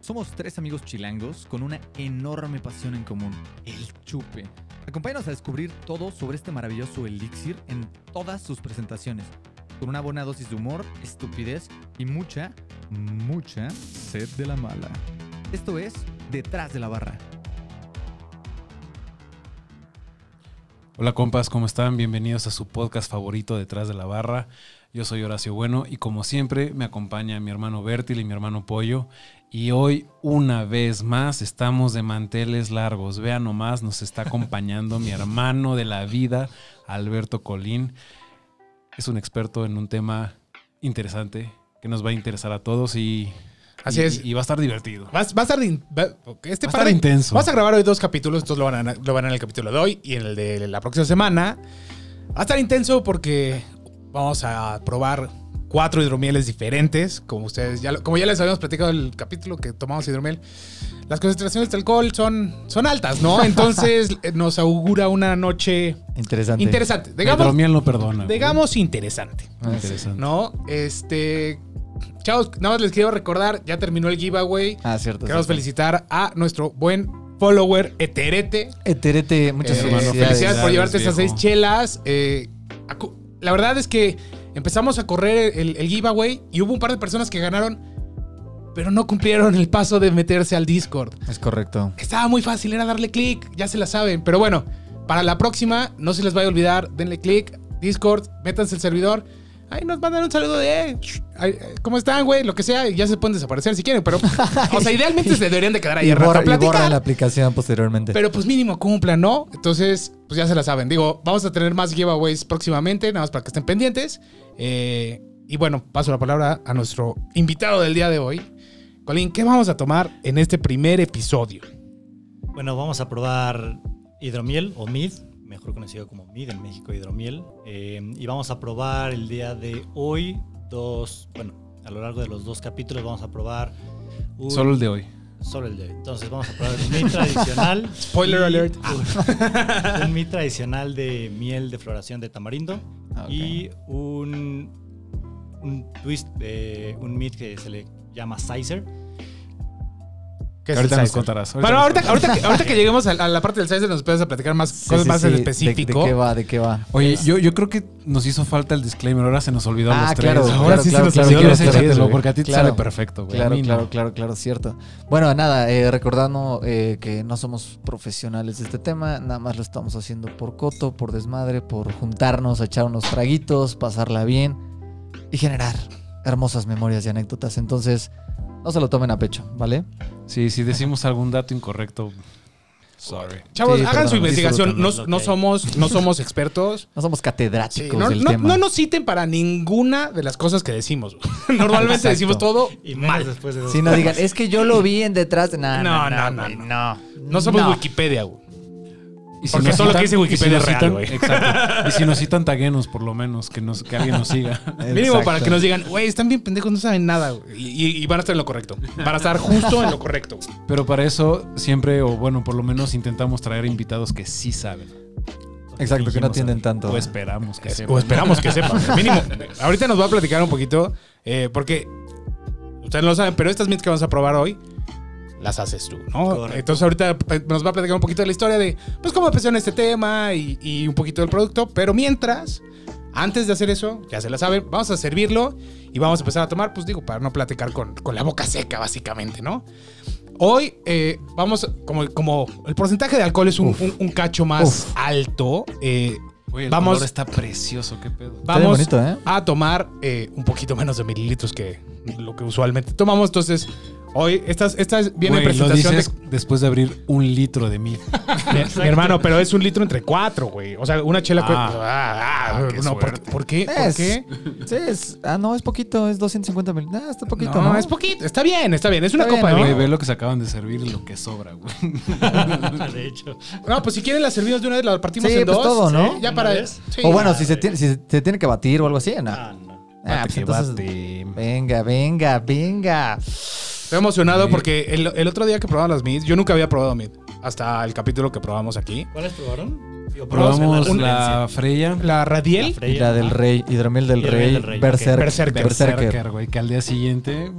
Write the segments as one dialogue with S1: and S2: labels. S1: Somos tres amigos chilangos con una enorme pasión en común, el chupe. Acompáñanos a descubrir todo sobre este maravilloso elixir en todas sus presentaciones, con una buena dosis de humor, estupidez y mucha, mucha sed de la mala. Esto es Detrás de la Barra.
S2: Hola compas, ¿cómo están? Bienvenidos a su podcast favorito Detrás de la Barra. Yo soy Horacio Bueno y como siempre me acompaña mi hermano Bertil y mi hermano Pollo. Y hoy una vez más estamos de manteles largos. Vean nomás, nos está acompañando mi hermano de la vida, Alberto Colín. Es un experto en un tema interesante que nos va a interesar a todos y...
S3: Así
S2: y-
S3: es.
S2: Y va a estar divertido.
S3: Vas- Va, a estar, in- va- ok, este
S2: Va a
S3: par
S2: estar
S3: de-
S2: intenso.
S3: Vas a grabar hoy dos capítulos, entonces lo van, a, lo van a en el capítulo de hoy y en el de la próxima semana. Va a estar intenso porque vamos a probar cuatro hidromieles diferentes, como ustedes ya, lo- como ya les habíamos platicado en el capítulo que tomamos hidromiel. Las concentraciones de alcohol son, son altas, ¿no? Entonces eh, nos augura una noche
S1: Interesante.
S3: interesante. Digamos,
S2: Hidromiel no perdona. güey.
S3: digamos interesante.
S2: Interesante.
S3: ¿No? Este. Chavos, nada más les quiero recordar, ya terminó el giveaway.
S1: Ah, cierto.
S3: Queremos felicitar a nuestro buen follower Eterete.
S1: Eterete,
S3: Muchas
S1: muchas
S2: Eh,
S1: gracias.
S2: hermano,
S3: felicidades. por
S2: Felicidades,
S3: llevarte estas
S2: viejo.
S3: seis chelas. Eh, acu- la verdad es que empezamos a correr el, el giveaway y hubo un par de personas que ganaron, pero no cumplieron el paso de meterse al Discord.
S1: Es correcto.
S3: Estaba muy fácil, era darle clic, ya se la saben. Pero bueno, para la próxima, no se les vaya a olvidar, denle clic, Discord, métanse al servidor. Ahí nos mandan un saludo de, eh, shh, ay, eh, ¿cómo están, güey? Lo que sea, y ya se pueden desaparecer si quieren, pero, o sea, idealmente se deberían de quedar ahí
S1: Y
S3: al rato
S1: borra,
S3: a
S1: y borra
S3: platicar.
S1: la aplicación posteriormente.
S3: Pero pues mínimo cumplan, ¿no? Entonces, pues ya se la saben. Digo, vamos a tener más giveaways próximamente, nada más para que estén pendientes. Eh, y bueno, paso la palabra a nuestro invitado del día de hoy. Colín, ¿qué vamos a tomar en este primer episodio?
S4: Bueno, vamos a probar hidromiel o mid, mejor conocido como mid en México, hidromiel. Eh, y vamos a probar el día de hoy dos, bueno, a lo largo de los dos capítulos vamos a probar un-
S2: Solo el de hoy.
S4: solo el de hoy. Entonces vamos a probar el mid tradicional.
S3: Spoiler
S4: y Ah,
S3: alert.
S4: Un, un mid tradicional de miel de floración de tamarindo
S1: Ah, ok.
S4: y un, un twist, de un mid que se le llama Sizer.
S3: ¿Qué
S2: Ahorita
S3: el
S2: nos
S3: Sizer?
S2: contarás.
S3: Bueno, ahorita, ahorita, que, ahorita que lleguemos a, a la parte del Sizer nos puedes platicar más
S1: Sí,
S3: cosas
S1: sí,
S3: más
S1: sí.
S3: en
S1: ¿De-
S3: específico.
S1: ¿De, qué va? ¿De qué va?
S2: Oye, yo, yo creo que nos hizo falta el disclaimer. Ahora se nos olvidó
S1: Ah,
S2: los tres.
S1: claro,
S2: Ahora
S1: claro,
S2: sí
S1: claro,
S2: se
S1: claro,
S2: nos olvidó.
S1: claro,
S2: los
S1: claro,
S2: échatelo,
S1: claro.
S2: porque a ti te
S1: Claro.
S2: sale perfecto, güey. A
S1: Claro,
S2: mí no.
S1: claro, claro, claro, cierto. Bueno, nada, eh, recordando eh, que no somos profesionales de este tema, nada más lo estamos haciendo por coto, por desmadre, por juntarnos, echar unos traguitos, pasarla bien y generar hermosas memorias y anécdotas. Entonces, no se lo tomen a pecho, ¿vale?
S2: Sí, si decimos algún dato incorrecto, sorry.
S3: Chavos,
S1: Sí,
S3: hagan
S1: perdón,
S3: su investigación. No,
S4: disfrútenlo,
S3: no
S4: ok.
S3: somos, no somos expertos.
S1: No somos
S3: Sí,
S1: catedráticos
S3: no,
S1: del
S3: no-
S1: tema.
S3: no nos citen para ninguna de las cosas que decimos. Normalmente
S1: Exacto.
S3: decimos todo
S4: Y menos
S3: mal.
S4: después de dos
S1: Si no digan, es que yo lo vi en detrás de nada.
S3: No, no, no,
S1: güey,
S3: no.
S1: no.
S3: No somos
S1: No.
S3: Wikipedia, güey.
S2: Y si
S3: Porque
S2: nos
S3: todo lo que
S2: citan-
S3: dice
S2: y si
S3: Wikipedia
S2: nos
S3: es real,
S2: citan-
S3: güey.
S2: Exacto. Y si nos citan taguenos, por lo menos, que, nos, que alguien nos siga.
S3: Mínimo para
S1: Exacto.
S3: que nos digan, güey, están bien pendejos, no saben nada, güey. Y, y- y van a estar en lo correcto. Van a estar justo en lo correcto. güey.
S2: Pero para eso siempre, o bueno, por lo menos intentamos traer invitados que sí saben.
S1: Exacto, que no atienden tanto.
S2: O esperamos que
S3: O
S2: sepan.
S3: esperamos que sepan. Mínimo. Ahorita nos va a platicar un poquito, eh, porque ustedes no lo saben, pero estas mits que vamos a probar hoy las haces tú, ¿no?
S4: Correcto.
S3: Entonces ahorita eh, nos va a platicar un poquito de la historia de, pues, cómo empezó en este tema y, y un poquito del producto. Pero mientras, antes de hacer eso, ya se la saben, vamos a servirlo y vamos a empezar a tomar, pues digo, para no platicar con, con la boca seca, básicamente, ¿no? Hoy eh, vamos, como, como el porcentaje de alcohol es un, un- un cacho más alto, eh,
S2: Güey, el
S3: Vamos.
S2: color está precioso, qué pedo.
S1: Está bien
S3: vamos
S1: bonito, ¿eh?
S3: a tomar eh, un poquito menos de mililitros que lo que usualmente tomamos. Entonces, hoy estas, estas viene
S2: Güey, lo
S3: presentación de,
S2: dices después de abrir un litro de mil.
S3: mi, mi hermano, pero es un litro entre cuatro, güey. O sea, una chela. cu-
S2: Ah.
S3: Ah, ah,
S2: Ah, qué
S3: no, ¿por,
S2: suerte.
S3: por qué? ¿Por
S1: Es-
S3: qué?
S1: Sí, es- ah, no, es poquito, es 250 mil. Ah, está poquito,
S3: no,
S1: ¿no?
S3: es poquito. Está bien, está bien. Es una
S1: Está
S3: copa
S1: bien,
S3: de
S2: Güey,
S3: vino.
S2: ve lo que se acaban de servir y lo que sobra, güey.
S4: De hecho.
S3: No, pues si quieren la servimos de una vez, la partimos
S1: Sí,
S3: en
S1: pues
S3: dos.
S1: todo, ¿no?
S3: Ya para.
S4: ¿Una vez?
S3: sí.
S1: o bueno, si se, tiene, si se tiene que batir o algo así, ¿no?
S4: Ah, no.
S1: Ah, pues
S2: Bate que
S1: entonces-
S2: bate.
S1: Venga, venga, venga.
S3: Estoy emocionado
S2: Sí.
S3: porque el, el otro día que probaban las mids, yo nunca había probado mid. Hasta el capítulo que probamos aquí.
S4: ¿Cuáles probaron? Digo,
S2: Probamos
S4: en
S2: la Freya.
S3: La Radiel.
S1: Y la del rey, hidromiel del
S4: Hidromiel
S1: rey,
S4: del rey,
S1: berserker,
S3: ok. Berserker.
S1: berserker.
S2: Berserker, güey, que al día siguiente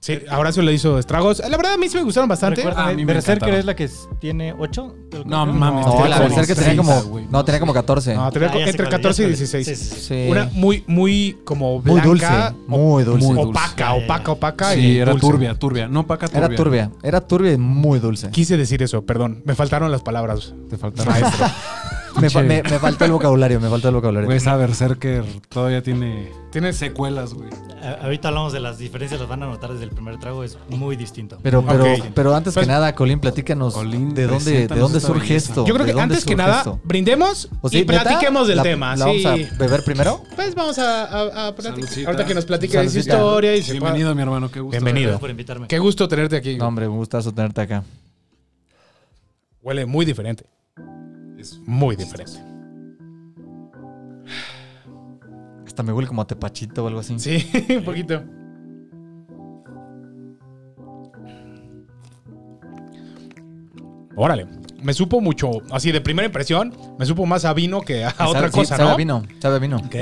S3: Sí, Horacio le hizo estragos. La verdad, a mí sí me gustaron bastante.
S5: Ah,
S2: Recuerda- A mí
S4: Recuérdame,
S2: me
S4: Berserker
S2: encantaba.
S4: es la que s- tiene 8.
S2: No
S4: Ah,
S2: mames,
S3: No,
S2: tiene
S3: la
S5: la
S2: como
S5: verdad que tenía
S2: seis,
S5: como.
S2: güey.
S5: No, tenía como 14.
S3: No, tenía Ah, entre 14 y 16.
S5: Sí.
S3: Una muy, muy como
S5: muy dulce.
S3: blanca.
S5: Muy dulce.
S2: muy dulce.
S3: opaca,
S4: Ya, ya, ya.
S3: opaca, opaca.
S2: Sí,
S3: y
S2: era
S3: dulce.
S2: turbia, turbia. No, paca turbia.
S5: Era turbia. Era turbia y muy dulce.
S3: Quise decir eso, perdón. Me faltaron las palabras.
S2: Te faltaron.
S3: Maestro.
S5: Me, fa-
S2: Che.
S5: me, me faltó el vocabulario, me faltó el vocabulario.
S3: Pues,
S2: Güey, esa Berserker todavía tiene
S3: Tiene
S2: secuelas, güey.
S4: A- Ahorita hablamos de las diferencias, las van a notar desde el primer trago, es muy distinto.
S5: pero, pero,
S3: Ok.
S5: pero antes
S3: Pues-
S5: que nada, Colín, platícanos
S2: Colín,
S5: de dónde, de
S2: preséntanos
S5: dónde
S2: esta
S5: surge
S2: belleza.
S5: esto.
S3: Yo creo
S5: de
S3: que
S5: dónde
S3: antes que
S5: surge
S3: nada,
S5: esto.
S3: brindemos
S5: O sí,
S3: y
S5: ¿neta?
S3: platiquemos del
S5: ¿La-
S3: tema.
S5: ¿La
S3: sí.
S5: vamos a beber primero?
S3: Pues vamos a, a- a platicar.
S2: Saludcita.
S3: Ahorita que nos platique de su
S5: Saludcita.
S3: historia y se pueda-
S2: Bienvenido, mi hermano, qué gusto.
S3: Bienvenido.
S4: Gracias por invitarme.
S3: Qué gusto tenerte aquí.
S5: No, hombre, un gustazo tenerte acá.
S3: Huele muy diferente.
S2: Es-
S3: Muy diferente.
S5: Hasta me huele como a tepachito o algo así.
S3: Sí, un poquito. Órale. Me supo mucho, así de primera impresión, me supo más a vino que a
S5: Sabe-
S3: otra
S5: sí,
S3: cosa,
S5: Sabe a
S3: ¿no?
S5: vino, sabe a vino,
S3: Ok.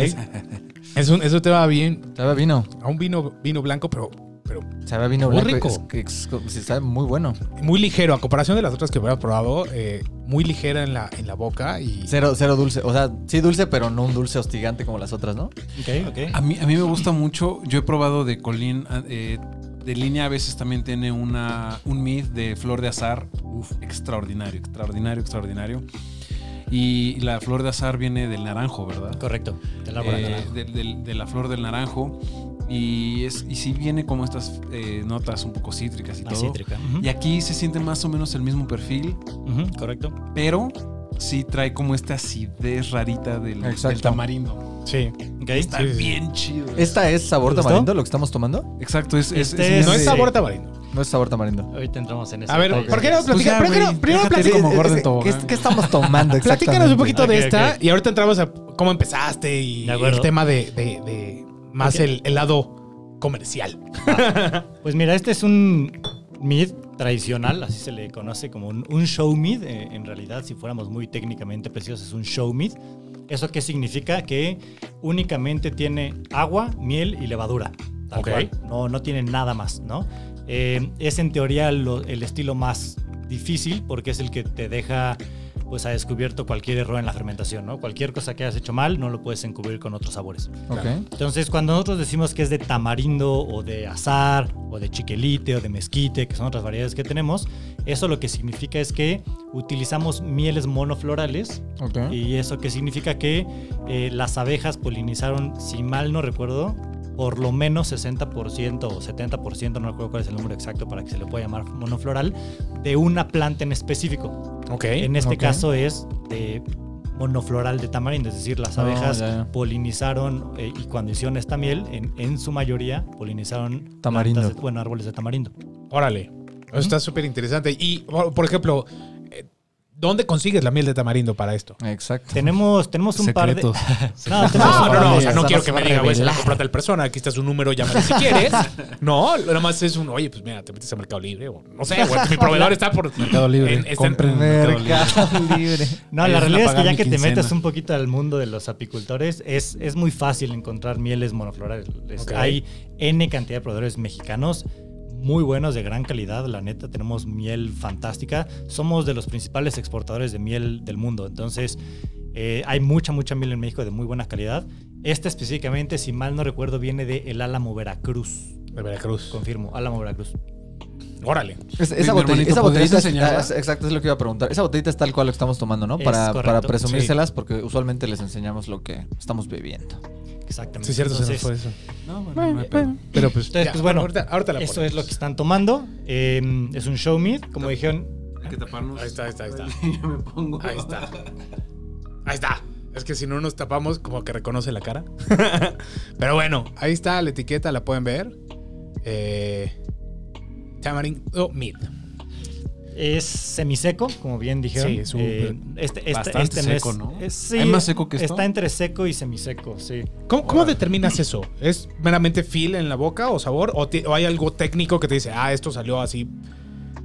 S3: Es un, es un tema bien,
S5: sabe a vino,
S3: a un vino, vino blanco, pero, pero
S5: sabe a vino
S3: Muy rico.
S5: blanco. Es que- es co- sí, sabe muy bueno.
S3: muy ligero, a comparación de las otras que había probado, eh, muy ligera en la, en la boca y...
S5: Cero, cero dulce. O sea, sí dulce, pero no un dulce hostigante como las otras, ¿no?
S4: Ok, ok.
S2: A mí, a mí me gusta mucho. Yo he probado de Colín. eh, de línea a veces también tiene una, un mid de flor de azar. Uf, extraordinario, extraordinario, extraordinario. Y la flor de azar viene del naranjo, ¿verdad?
S4: Correcto. Del árbol de
S2: Eh,
S4: naranja.
S2: de, del- de la flor del naranjo. Y, es, y sí viene como estas eh, notas un poco cítricas y
S4: La
S2: todo.
S4: cítrica. Ujú.
S2: Y aquí se siente más o menos el mismo perfil,
S4: Ujú, Correcto.
S2: pero sí trae como esta acidez rarita del, del
S5: Exacto.
S2: tamarindo.
S3: Sí.
S4: Ok.
S2: Está
S3: Sí, sí, sí.
S2: bien chido.
S5: ¿Esta es sabor
S4: ¿Te gustó?
S5: tamarindo lo que estamos tomando?
S2: Exacto, es, es,
S4: Este
S2: es-
S3: No es
S4: Sí.
S3: sabor tamarindo.
S5: No es sabor tamarindo.
S4: Ahorita entramos en eso.
S3: A ver,
S4: Ok.
S3: ¿por qué no
S2: Pues ya,
S3: platicamos?
S2: güey,
S3: primero
S2: déjate
S3: platica-
S2: como Gordon
S5: ¿Qué-
S2: Tobogán.
S5: ¿Qué, qué estamos tomando exactamente?
S3: platícanos un poquito de
S4: Ok,
S3: esta
S4: ok.
S3: y ahorita entramos a cómo empezaste y
S4: De acuerdo.
S3: el tema de, de- de más
S4: Ok.
S3: el, el lado comercial.
S4: Pues mira, este es un mid tradicional, así se le conoce como un, un show mid. eh, en realidad, si fuéramos muy técnicamente precisos, es un show mid. ¿Eso qué significa? Que únicamente tiene agua, miel y levadura. tal
S3: Ok.
S4: cual. No, no tiene nada más, ¿no? Eh, es en teoría lo- el estilo más difícil porque es el que te deja pues a descubierto cualquier error en la fermentación, ¿no? Cualquier cosa que hayas hecho mal no lo puedes encubrir con otros sabores.
S5: Ok.
S4: Entonces, cuando nosotros decimos que es de tamarindo o de azar o de chiquelite o de mezquite, que son otras variedades que tenemos, eso lo que significa es que utilizamos mieles monoflorales
S5: Ok.
S4: y eso que significa que eh, las abejas polinizaron, si mal no recuerdo, por lo menos 60% o 70%, no recuerdo cuál es el número exacto para que se le pueda llamar monofloral, de una planta en específico.
S3: Ok.
S4: En este
S5: ok.
S4: caso es de monofloral de tamarindo, es decir, las
S5: Ah,
S4: abejas
S5: ya, ya.
S4: polinizaron eh, y cuando hicieron esta miel, en, en su mayoría polinizaron
S5: Tamarindo.
S4: plantas de- bueno, árboles de tamarindo.
S3: Órale. Eso está súper interesante. Y, por por ejemplo, eh, ¿dónde consigues la miel de tamarindo para esto?
S5: Exacto.
S4: Tenemos, tenemos un
S2: secretos.
S4: par de. No, tenemos
S3: Ah, No, no,
S4: un par
S3: no,
S4: de-
S3: o sea, no
S5: Esa
S3: quiero que
S5: no se
S3: me
S5: va a
S3: diga, güey, se la
S5: revelar.
S3: compró tal persona, aquí está su número, llámame si quieres. No, nada más es un, oye, pues mira, te metes a Mercado Libre, o no sé, güey, mi proveedor está por...
S2: Mercado Libre.
S3: en- este está en-
S2: Compren en Mercado Libre.
S5: Mercado libre.
S4: No,
S2: Ahí van
S4: la
S2: a
S4: realidad es que
S2: pagar
S4: ya
S2: mi
S4: que te
S2: quincena.
S4: metas un poquito al mundo de los apicultores, es, es muy fácil encontrar mieles monoflorales. Es-
S3: Ok.
S4: Hay N cantidad de proveedores mexicanos muy buenos, de gran calidad, la neta, tenemos miel fantástica. Somos de los principales exportadores de miel del mundo, entonces eh, hay mucha, mucha miel en México de muy buena calidad. Esta específicamente, si mal no recuerdo, viene de El Álamo, Veracruz.
S3: De Veracruz.
S4: Confirmo, Álamo, Veracruz.
S3: Órale.
S5: Es-
S2: Mi
S5: esa botellita,
S2: hermanito,
S5: esa
S2: ¿podrías
S5: botellita es-
S2: enseñarla?
S5: ah, es- exacto, es lo que iba a preguntar. Esa botellita es tal cual lo que estamos tomando, ¿no?
S4: Es
S5: Para,
S4: correcto,
S5: para presumírselas, porque usualmente les enseñamos lo que estamos bebiendo.
S4: Exactamente.
S3: Sí, cierto,
S4: Entonces,
S3: se nos fue eso.
S2: No, bueno, no hay pedo.
S3: Pero pues,
S4: Entonces,
S3: ya,
S4: pues, bueno,
S3: ahorita, ahorita la
S4: Eso
S3: ponemos.
S4: es lo que están tomando. eh, es un show meet, como dijeron.
S2: Hay que taparnos.
S3: Ahí está, ahí está, ahí está.
S2: Yo me pongo.
S3: Ahí está. Ahí está. Es que si no nos tapamos, como que reconoce la cara. Pero bueno, ahí está la etiqueta, la pueden ver. Eh, oh, tamarindo Meat.
S4: Es semiseco, como bien dijeron.
S3: Sí, es un-
S4: este, este-
S2: bastante
S4: este es-
S2: seco, ¿no?
S4: eh, sí,
S2: ¿Hay más seco que esto?
S4: Está entre seco y semiseco, sí.
S3: ¿Cómo, cómo determinas eso? ¿Es meramente feel en la boca o sabor? ¿O, ti- o hay algo técnico que te dice, ah, esto salió así?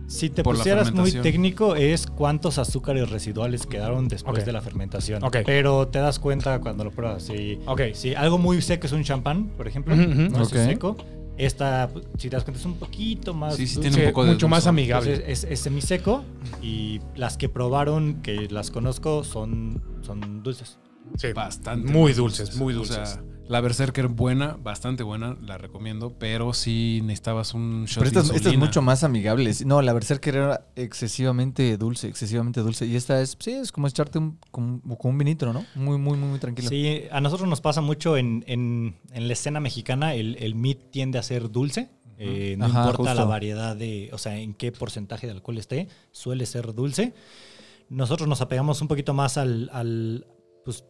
S4: Si te
S2: Por la
S4: pusieras muy
S2: fermentación.
S4: técnico, es cuántos azúcares residuales quedaron después
S3: Ok.
S4: de la fermentación.
S3: Ok.
S4: Pero te das cuenta cuando lo pruebas. Si,
S3: Ok.
S4: si algo muy seco es un champán, por ejemplo,
S3: Ujú, ujú.
S4: ¿no? Eso es
S5: Ok.
S4: seco. Esta, pues, si te das cuenta, es un poquito más.
S2: Sí, sí,
S4: dulce.
S2: tiene un poco de.
S3: mucho más
S2: dulzor.
S3: amigable.
S4: Entonces, es, es semiseco y las que probaron, que las conozco, son, son dulces.
S3: Sí.
S2: Bastante.
S3: Muy
S2: más
S3: dulces, muy
S2: O
S3: dulces.
S2: sea, la Berserker buena, bastante buena, la recomiendo, pero sí necesitabas un shot
S5: Pero esta,
S2: de
S5: es- esta es
S2: insulina.
S5: mucho más amigable. Sí, No, la Berserker era excesivamente dulce, excesivamente dulce. Y esta es, sí, es como echarte un, como, como un vinitro, ¿no? Muy, muy, muy, muy tranquilo.
S4: Sí, a nosotros nos pasa mucho en, en- en la escena mexicana, el, el meat tiende a ser dulce. eh, no
S5: Ajá,
S4: importa la
S5: justo.
S4: variedad de, o sea, en qué porcentaje de alcohol esté, suele ser dulce. Nosotros nos apegamos un poquito más al, al, pues,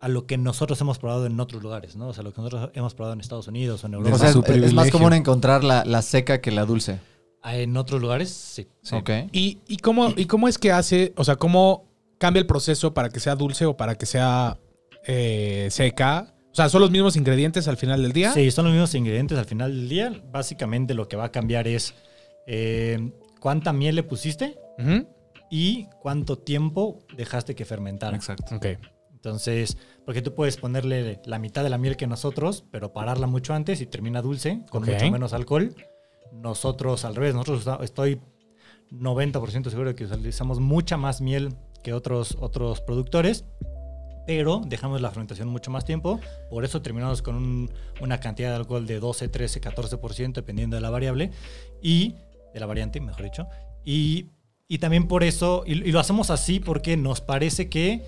S4: a lo que nosotros hemos probado en otros lugares, ¿no? O sea, lo que nosotros hemos probado en Estados Unidos o en Europa.
S5: o sea,
S2: su
S5: es- es más
S2: privilegio.
S5: común encontrar la, la seca que la dulce.
S4: Ah, En otros lugares, sí.
S5: Ok.
S3: ¿Y, y cómo, ¿Y cómo es que hace, o sea, cómo cambia el proceso para que sea dulce o para que sea eh, seca? O sea, ¿son los mismos ingredientes al final del día?
S4: Sí, son los mismos ingredientes al final del día. Básicamente lo que va a cambiar es eh, cuánta miel le pusiste
S3: Ujú.
S4: y cuánto tiempo dejaste que fermentara.
S2: Exacto.
S3: Ok.
S4: Entonces, porque tú puedes ponerle la mitad de la miel que nosotros, pero pararla mucho antes y termina dulce, con
S3: Ok.
S4: mucho menos alcohol. Nosotros, al revés, nosotros usa- estoy 90% seguro de que utilizamos mucha más miel que otros, otros productores, pero dejamos la fermentación mucho más tiempo. Por eso terminamos con un- una cantidad de alcohol de 12, 13, 14%, dependiendo de la variable, y de la variante, mejor dicho. Y, y también por eso, y, y lo hacemos así porque nos parece que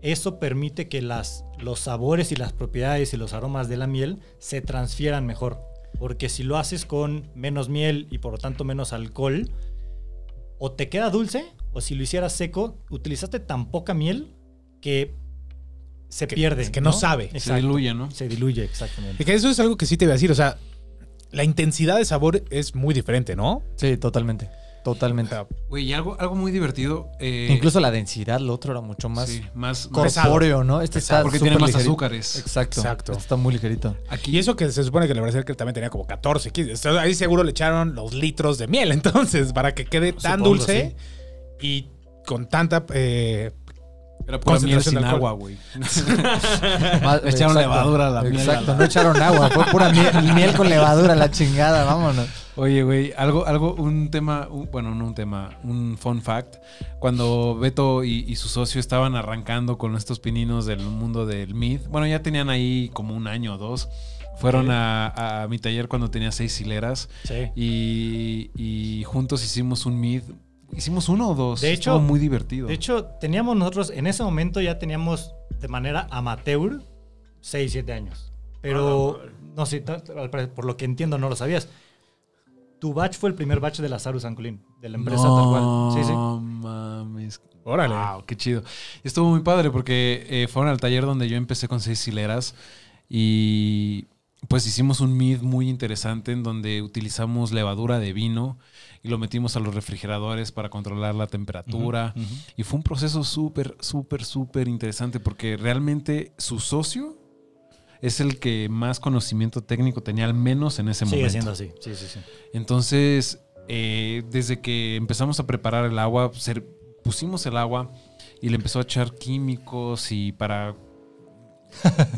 S4: eso permite que las, los sabores y las propiedades y los aromas de la miel se transfieran mejor. Porque si lo haces con menos miel y por lo tanto menos alcohol, o te queda dulce, o si lo hicieras seco, utilizaste tan poca miel que se
S3: Que-
S4: pierde.
S3: que no sabe.
S2: Se
S4: Exacto.
S2: diluye, ¿no?
S4: Se diluye, exactamente.
S3: Y que eso es algo que sí te voy a decir, o sea, la intensidad de sabor es muy diferente, ¿no?
S5: Sí, totalmente.
S3: O
S5: Totalmente.
S3: sea,
S2: Güey, y algo, algo muy divertido. eh,
S5: Incluso la densidad, lo otro era mucho más
S2: sí, más, más-
S5: corpóreo, ¿no? Este está
S2: porque tiene
S5: súper
S2: más
S5: ligerito.
S2: azúcares.
S5: Exacto.
S3: Exacto.
S5: Este está muy ligerito.
S2: Aquí
S3: Y eso que se supone que la verdad es que también tenía como 14, 15. O sea, Ahí seguro le echaron los litros de miel, entonces, para que quede tan
S4: Supongo,
S3: dulce y con tanta... eh,
S2: era pura miel
S3: concentración de
S2: sin
S3: alcohol.
S2: agua, güey.
S5: Más-
S2: Le echaron levadura a la miel.
S5: Exacto, no echaron agua, fue pura miel, miel con levadura, la chingada, vámonos.
S2: Oye, güey, algo, algo, un tema, un- bueno, no un tema, un fun fact. Cuando Beto y, y su socio estaban arrancando con estos pininos del mundo del Myth, bueno, ya tenían ahí como un año o dos. Fueron a, a mi taller cuando tenía seis hileras
S4: Sí.
S2: y, y juntos hicimos un Myth. Hicimos uno o dos.
S4: De hecho-
S2: Estuvo muy divertido.
S4: De hecho, teníamos nosotros, en ese momento ya teníamos de manera amateur 6, 7 años.
S3: Ah,
S4: Pero, no sé, ta- al pare- por lo que entiendo no lo sabías. Tu batch fue el primer batch de la Saru San Colín, de la empresa tal cual. Sí, sí.
S2: No mames.
S3: órale.
S2: Wow, qué chido. Estuvo muy padre porque eh, fueron al taller donde yo empecé con seis hileras y pues hicimos un mid muy interesante en donde utilizamos levadura de vino y lo metimos a los refrigeradores para controlar la temperatura. Y fue un proceso súper, súper, súper interesante porque realmente su socio es el que más conocimiento técnico tenía, al menos en ese
S4: Sigue
S2: momento.
S4: siendo así. Sí, sí, sí.
S2: Entonces, eh, desde que empezamos a preparar el agua, ser- pusimos el agua y le empezó a echar químicos y para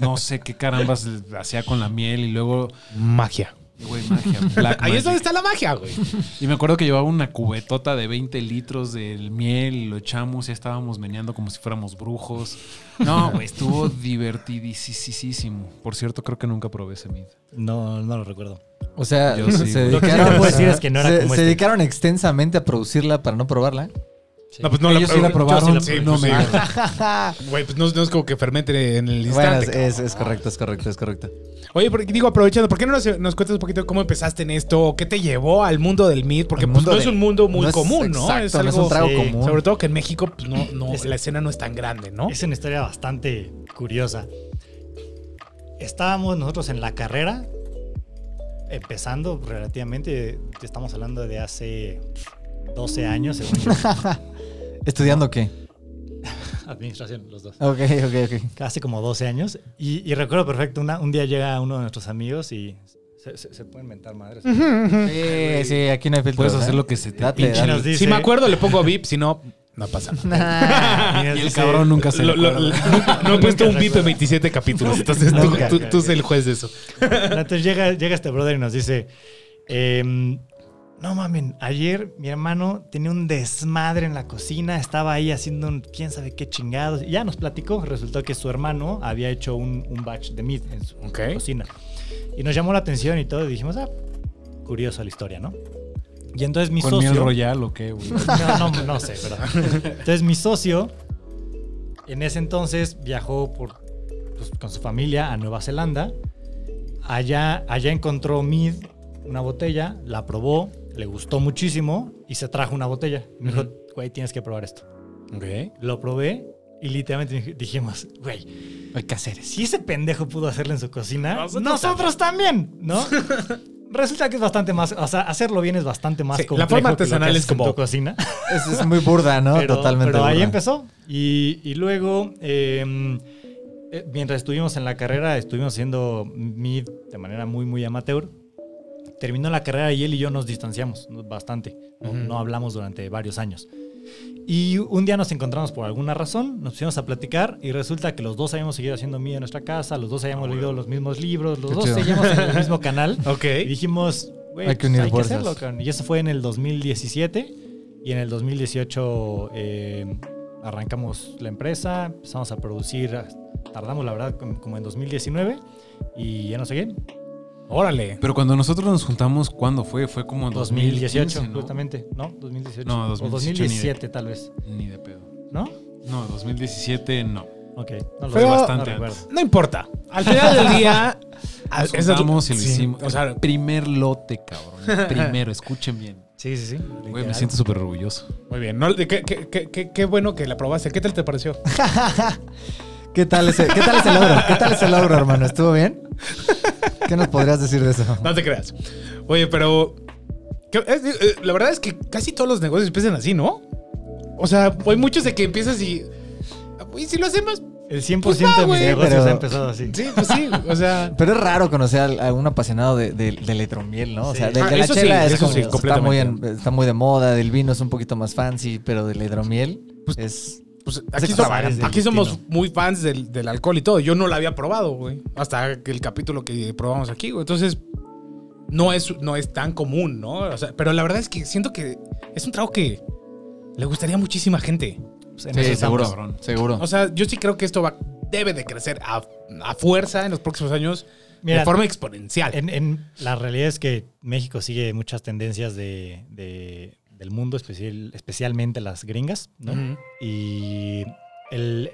S2: no sé qué carambas le hacía con la miel y luego,
S3: Magia.
S2: güey, magia. black
S3: Ahí es donde
S2: magic.
S3: está la magia, güey.
S2: Y me acuerdo que llevaba una cubetota de 20 litros de miel y lo echamos y estábamos meneando como si fuéramos brujos. No, güey, estuvo divertidísimo. Por cierto, creo que nunca probé ese mid.
S4: No, no lo recuerdo.
S5: O sea,
S2: Yo sí,
S5: se
S2: güey.
S5: dedicaron,
S4: Lo que sí te puedo decir es que no era
S5: se,
S4: como
S5: se
S4: este.
S5: dedicaron extensamente a producirla para no probarla.
S3: No, pues no
S2: Ellos sí la probaron,
S3: yo sí la-
S2: no
S3: pues
S2: me-
S3: sí, güey. Güey, pues no, no es como que fermente en el
S5: Bueno,
S3: instante.
S5: es, es- es correcto, es correcto, es correcto.
S3: Oye, porque- digo, aprovechando, ¿por qué no nos, nos cuentas un poquito de cómo empezaste en esto? ¿Qué te llevó al mundo del meat? Porque
S5: Al
S3: pues,
S5: mundo
S3: no es
S5: del-
S3: un mundo muy
S5: no es-
S3: común, ¿no?
S5: exacto, no es un trago común.
S3: Sobre todo que en México pues, no, no,
S4: Es-
S3: la escena no es tan grande, ¿no?
S4: Es una historia bastante curiosa. Estábamos nosotros en la carrera, empezando relativamente, estamos hablando de hace 12 años, según yo.
S5: ¿Estudiando qué?
S4: Administración, los dos.
S5: Ok, ok, ok.
S4: Hace como 12 años. Y, y recuerdo perfecto, una- un día llega uno de nuestros amigos y se, se- se pueden mentar madres.
S5: Sí, sí, aquí no hay filtro.
S2: Puedes hacer lo que se te
S5: Date,
S4: Pinche
S5: date.
S4: nos dice.
S3: si me acuerdo, le pongo VIP, si no, No pasa nada.
S2: Y el cabrón nunca se
S3: Lo-
S2: le
S3: lo-
S2: acuerda.
S3: nunca- no he puesto un
S4: Nunca
S3: bip
S4: recuerda.
S3: en 27 capítulos. Entonces tú,
S4: Nunca.
S3: tú- tú eres el juez de eso.
S4: Entonces llega, llega este brother y nos dice, em, no mamen, ayer mi hermano tenía un desmadre en la cocina, estaba ahí haciendo un quién sabe qué chingados. Y ya nos platicó, resultó que su hermano había hecho un, un batch de meat en su
S3: Ok.
S4: cocina. Y nos llamó la atención y todo, y dijimos, ah, curiosa la historia, ¿no? Y entonces mi
S2: ¿Con
S4: socio...
S2: miel royal o qué, güey?
S4: No, no, no sé, pero. Entonces, mi socio, en ese entonces, viajó por, pues, con su familia a Nueva Zelanda. Allá, allá encontró Mid, una botella, la probó, le gustó muchísimo y se trajo una botella. Y Me dijo, güey, tienes que probar esto. Lo probé y literalmente dij- dijimos, güey,
S5: Hay que hacer eso.
S4: si ese pendejo pudo hacerlo en su cocina, nosotros, también, ¿no? Resulta que es bastante más, o sea, hacerlo bien es bastante más
S3: Sí, la
S4: complejo.
S3: forma
S4: que lo que
S3: artesanal
S4: haces
S3: es
S4: en tu
S3: como-
S4: cocina
S5: Es, es muy burda, ¿no?
S4: pero,
S5: Totalmente
S4: pero ahí
S5: burda.
S4: empezó. Y, y luego, eh, eh, mientras estuvimos en la carrera, estuvimos haciendo mid de manera muy, muy amateur. Terminó la carrera y él y yo nos distanciamos bastante. No,
S3: Ujú.
S4: no hablamos durante varios años. Y un día nos encontramos por alguna razón, nos pusimos a platicar y resulta que los dos habíamos seguido haciendo mid en nuestra casa, los dos habíamos leído los mismos libros, los
S5: Qué
S4: dos
S5: chido.
S4: seguíamos en el mismo canal.
S3: Ok.
S4: Y dijimos, güey,
S5: Hay que
S4: pues,
S5: unir
S4: hay que
S5: fuerzas.
S4: hacerlo, cabrón. Y eso fue en el 2017. Y en el 2018 eh, arrancamos la empresa, empezamos a producir. ah, Tardamos, la verdad, com- como en 2019. Y ya no sé qué.
S3: Órale.
S2: Pero cuando nosotros nos juntamos, ¿cuándo fue? Fue como
S4: 2018,
S2: 2018, ¿no?
S4: justamente. No, 2018.
S2: No, 2018
S4: O
S2: ni
S4: 2017, tal vez.
S2: Ni de pedo.
S4: ¿No?
S2: No, 2017 no.
S4: Ok. No lo
S3: Fue
S2: bastante
S4: sé, no
S2: antes.
S4: recuerdo.
S3: No importa. Al final del día.
S2: Nos
S3: Ah, es otro-
S2: juntamos y lo
S3: sí,
S2: hicimos.
S3: O sea,
S2: primer lote, cabrón. El primero, escuchen bien.
S4: Sí, sí, sí.
S5: Pues
S2: Güey,
S4: literal.
S2: me siento súper orgulloso.
S3: muy bien. No, qué, qué- qué- qué- qué bueno que la probaste. ¿Qué tal te pareció?
S5: ¿Qué tal, ese, ¿Qué tal ese logro? ¿Qué tal ese logro, hermano? ¿Estuvo bien? ¿Qué nos podrías decir de eso?
S3: No te creas. Oye, pero. que- es- eh, la verdad es que casi todos los negocios empiezan así, ¿no? O sea, hay muchos de que empiezas y. Y si lo hacemos.
S4: El 100% de
S3: Pues no,
S4: mis
S3: güey,
S4: negocios
S5: pero-
S4: ha empezado así.
S3: Sí, pues sí. O sea.
S5: Pero es raro conocer al- a, un apasionado de, de, de electromiel, ¿no? O sea,
S4: Sí.
S5: de, de
S3: Ah,
S5: la
S3: eso sí,
S5: chela es
S3: eso
S5: como,
S3: sí,
S5: está, muy en-
S3: completamente.
S5: está muy de moda, del vino es un poquito más fancy, pero del hidromiel
S3: Pues-
S5: es...
S3: Pues aquí,
S5: Es
S3: so-
S5: extravagante.
S3: aquí somos muy fans del, del alcohol y todo. Yo no la había probado, güey. Hasta que el capítulo que probamos aquí, güey. Entonces, no es, no es tan común, ¿no? O sea, pero la verdad es que siento que es un trago que le gustaría a muchísima gente.
S4: Pues en eso estamos.
S2: cabrón.
S5: seguro.
S3: O sea, yo sí creo que esto va, debe de crecer a, a fuerza en los próximos años
S4: Mira,
S3: de forma exponencial.
S4: En, en- la realidad es que México sigue muchas tendencias de, de- del mundo, especial- especialmente las gringas, ¿no?
S3: Ujú.
S4: Y el,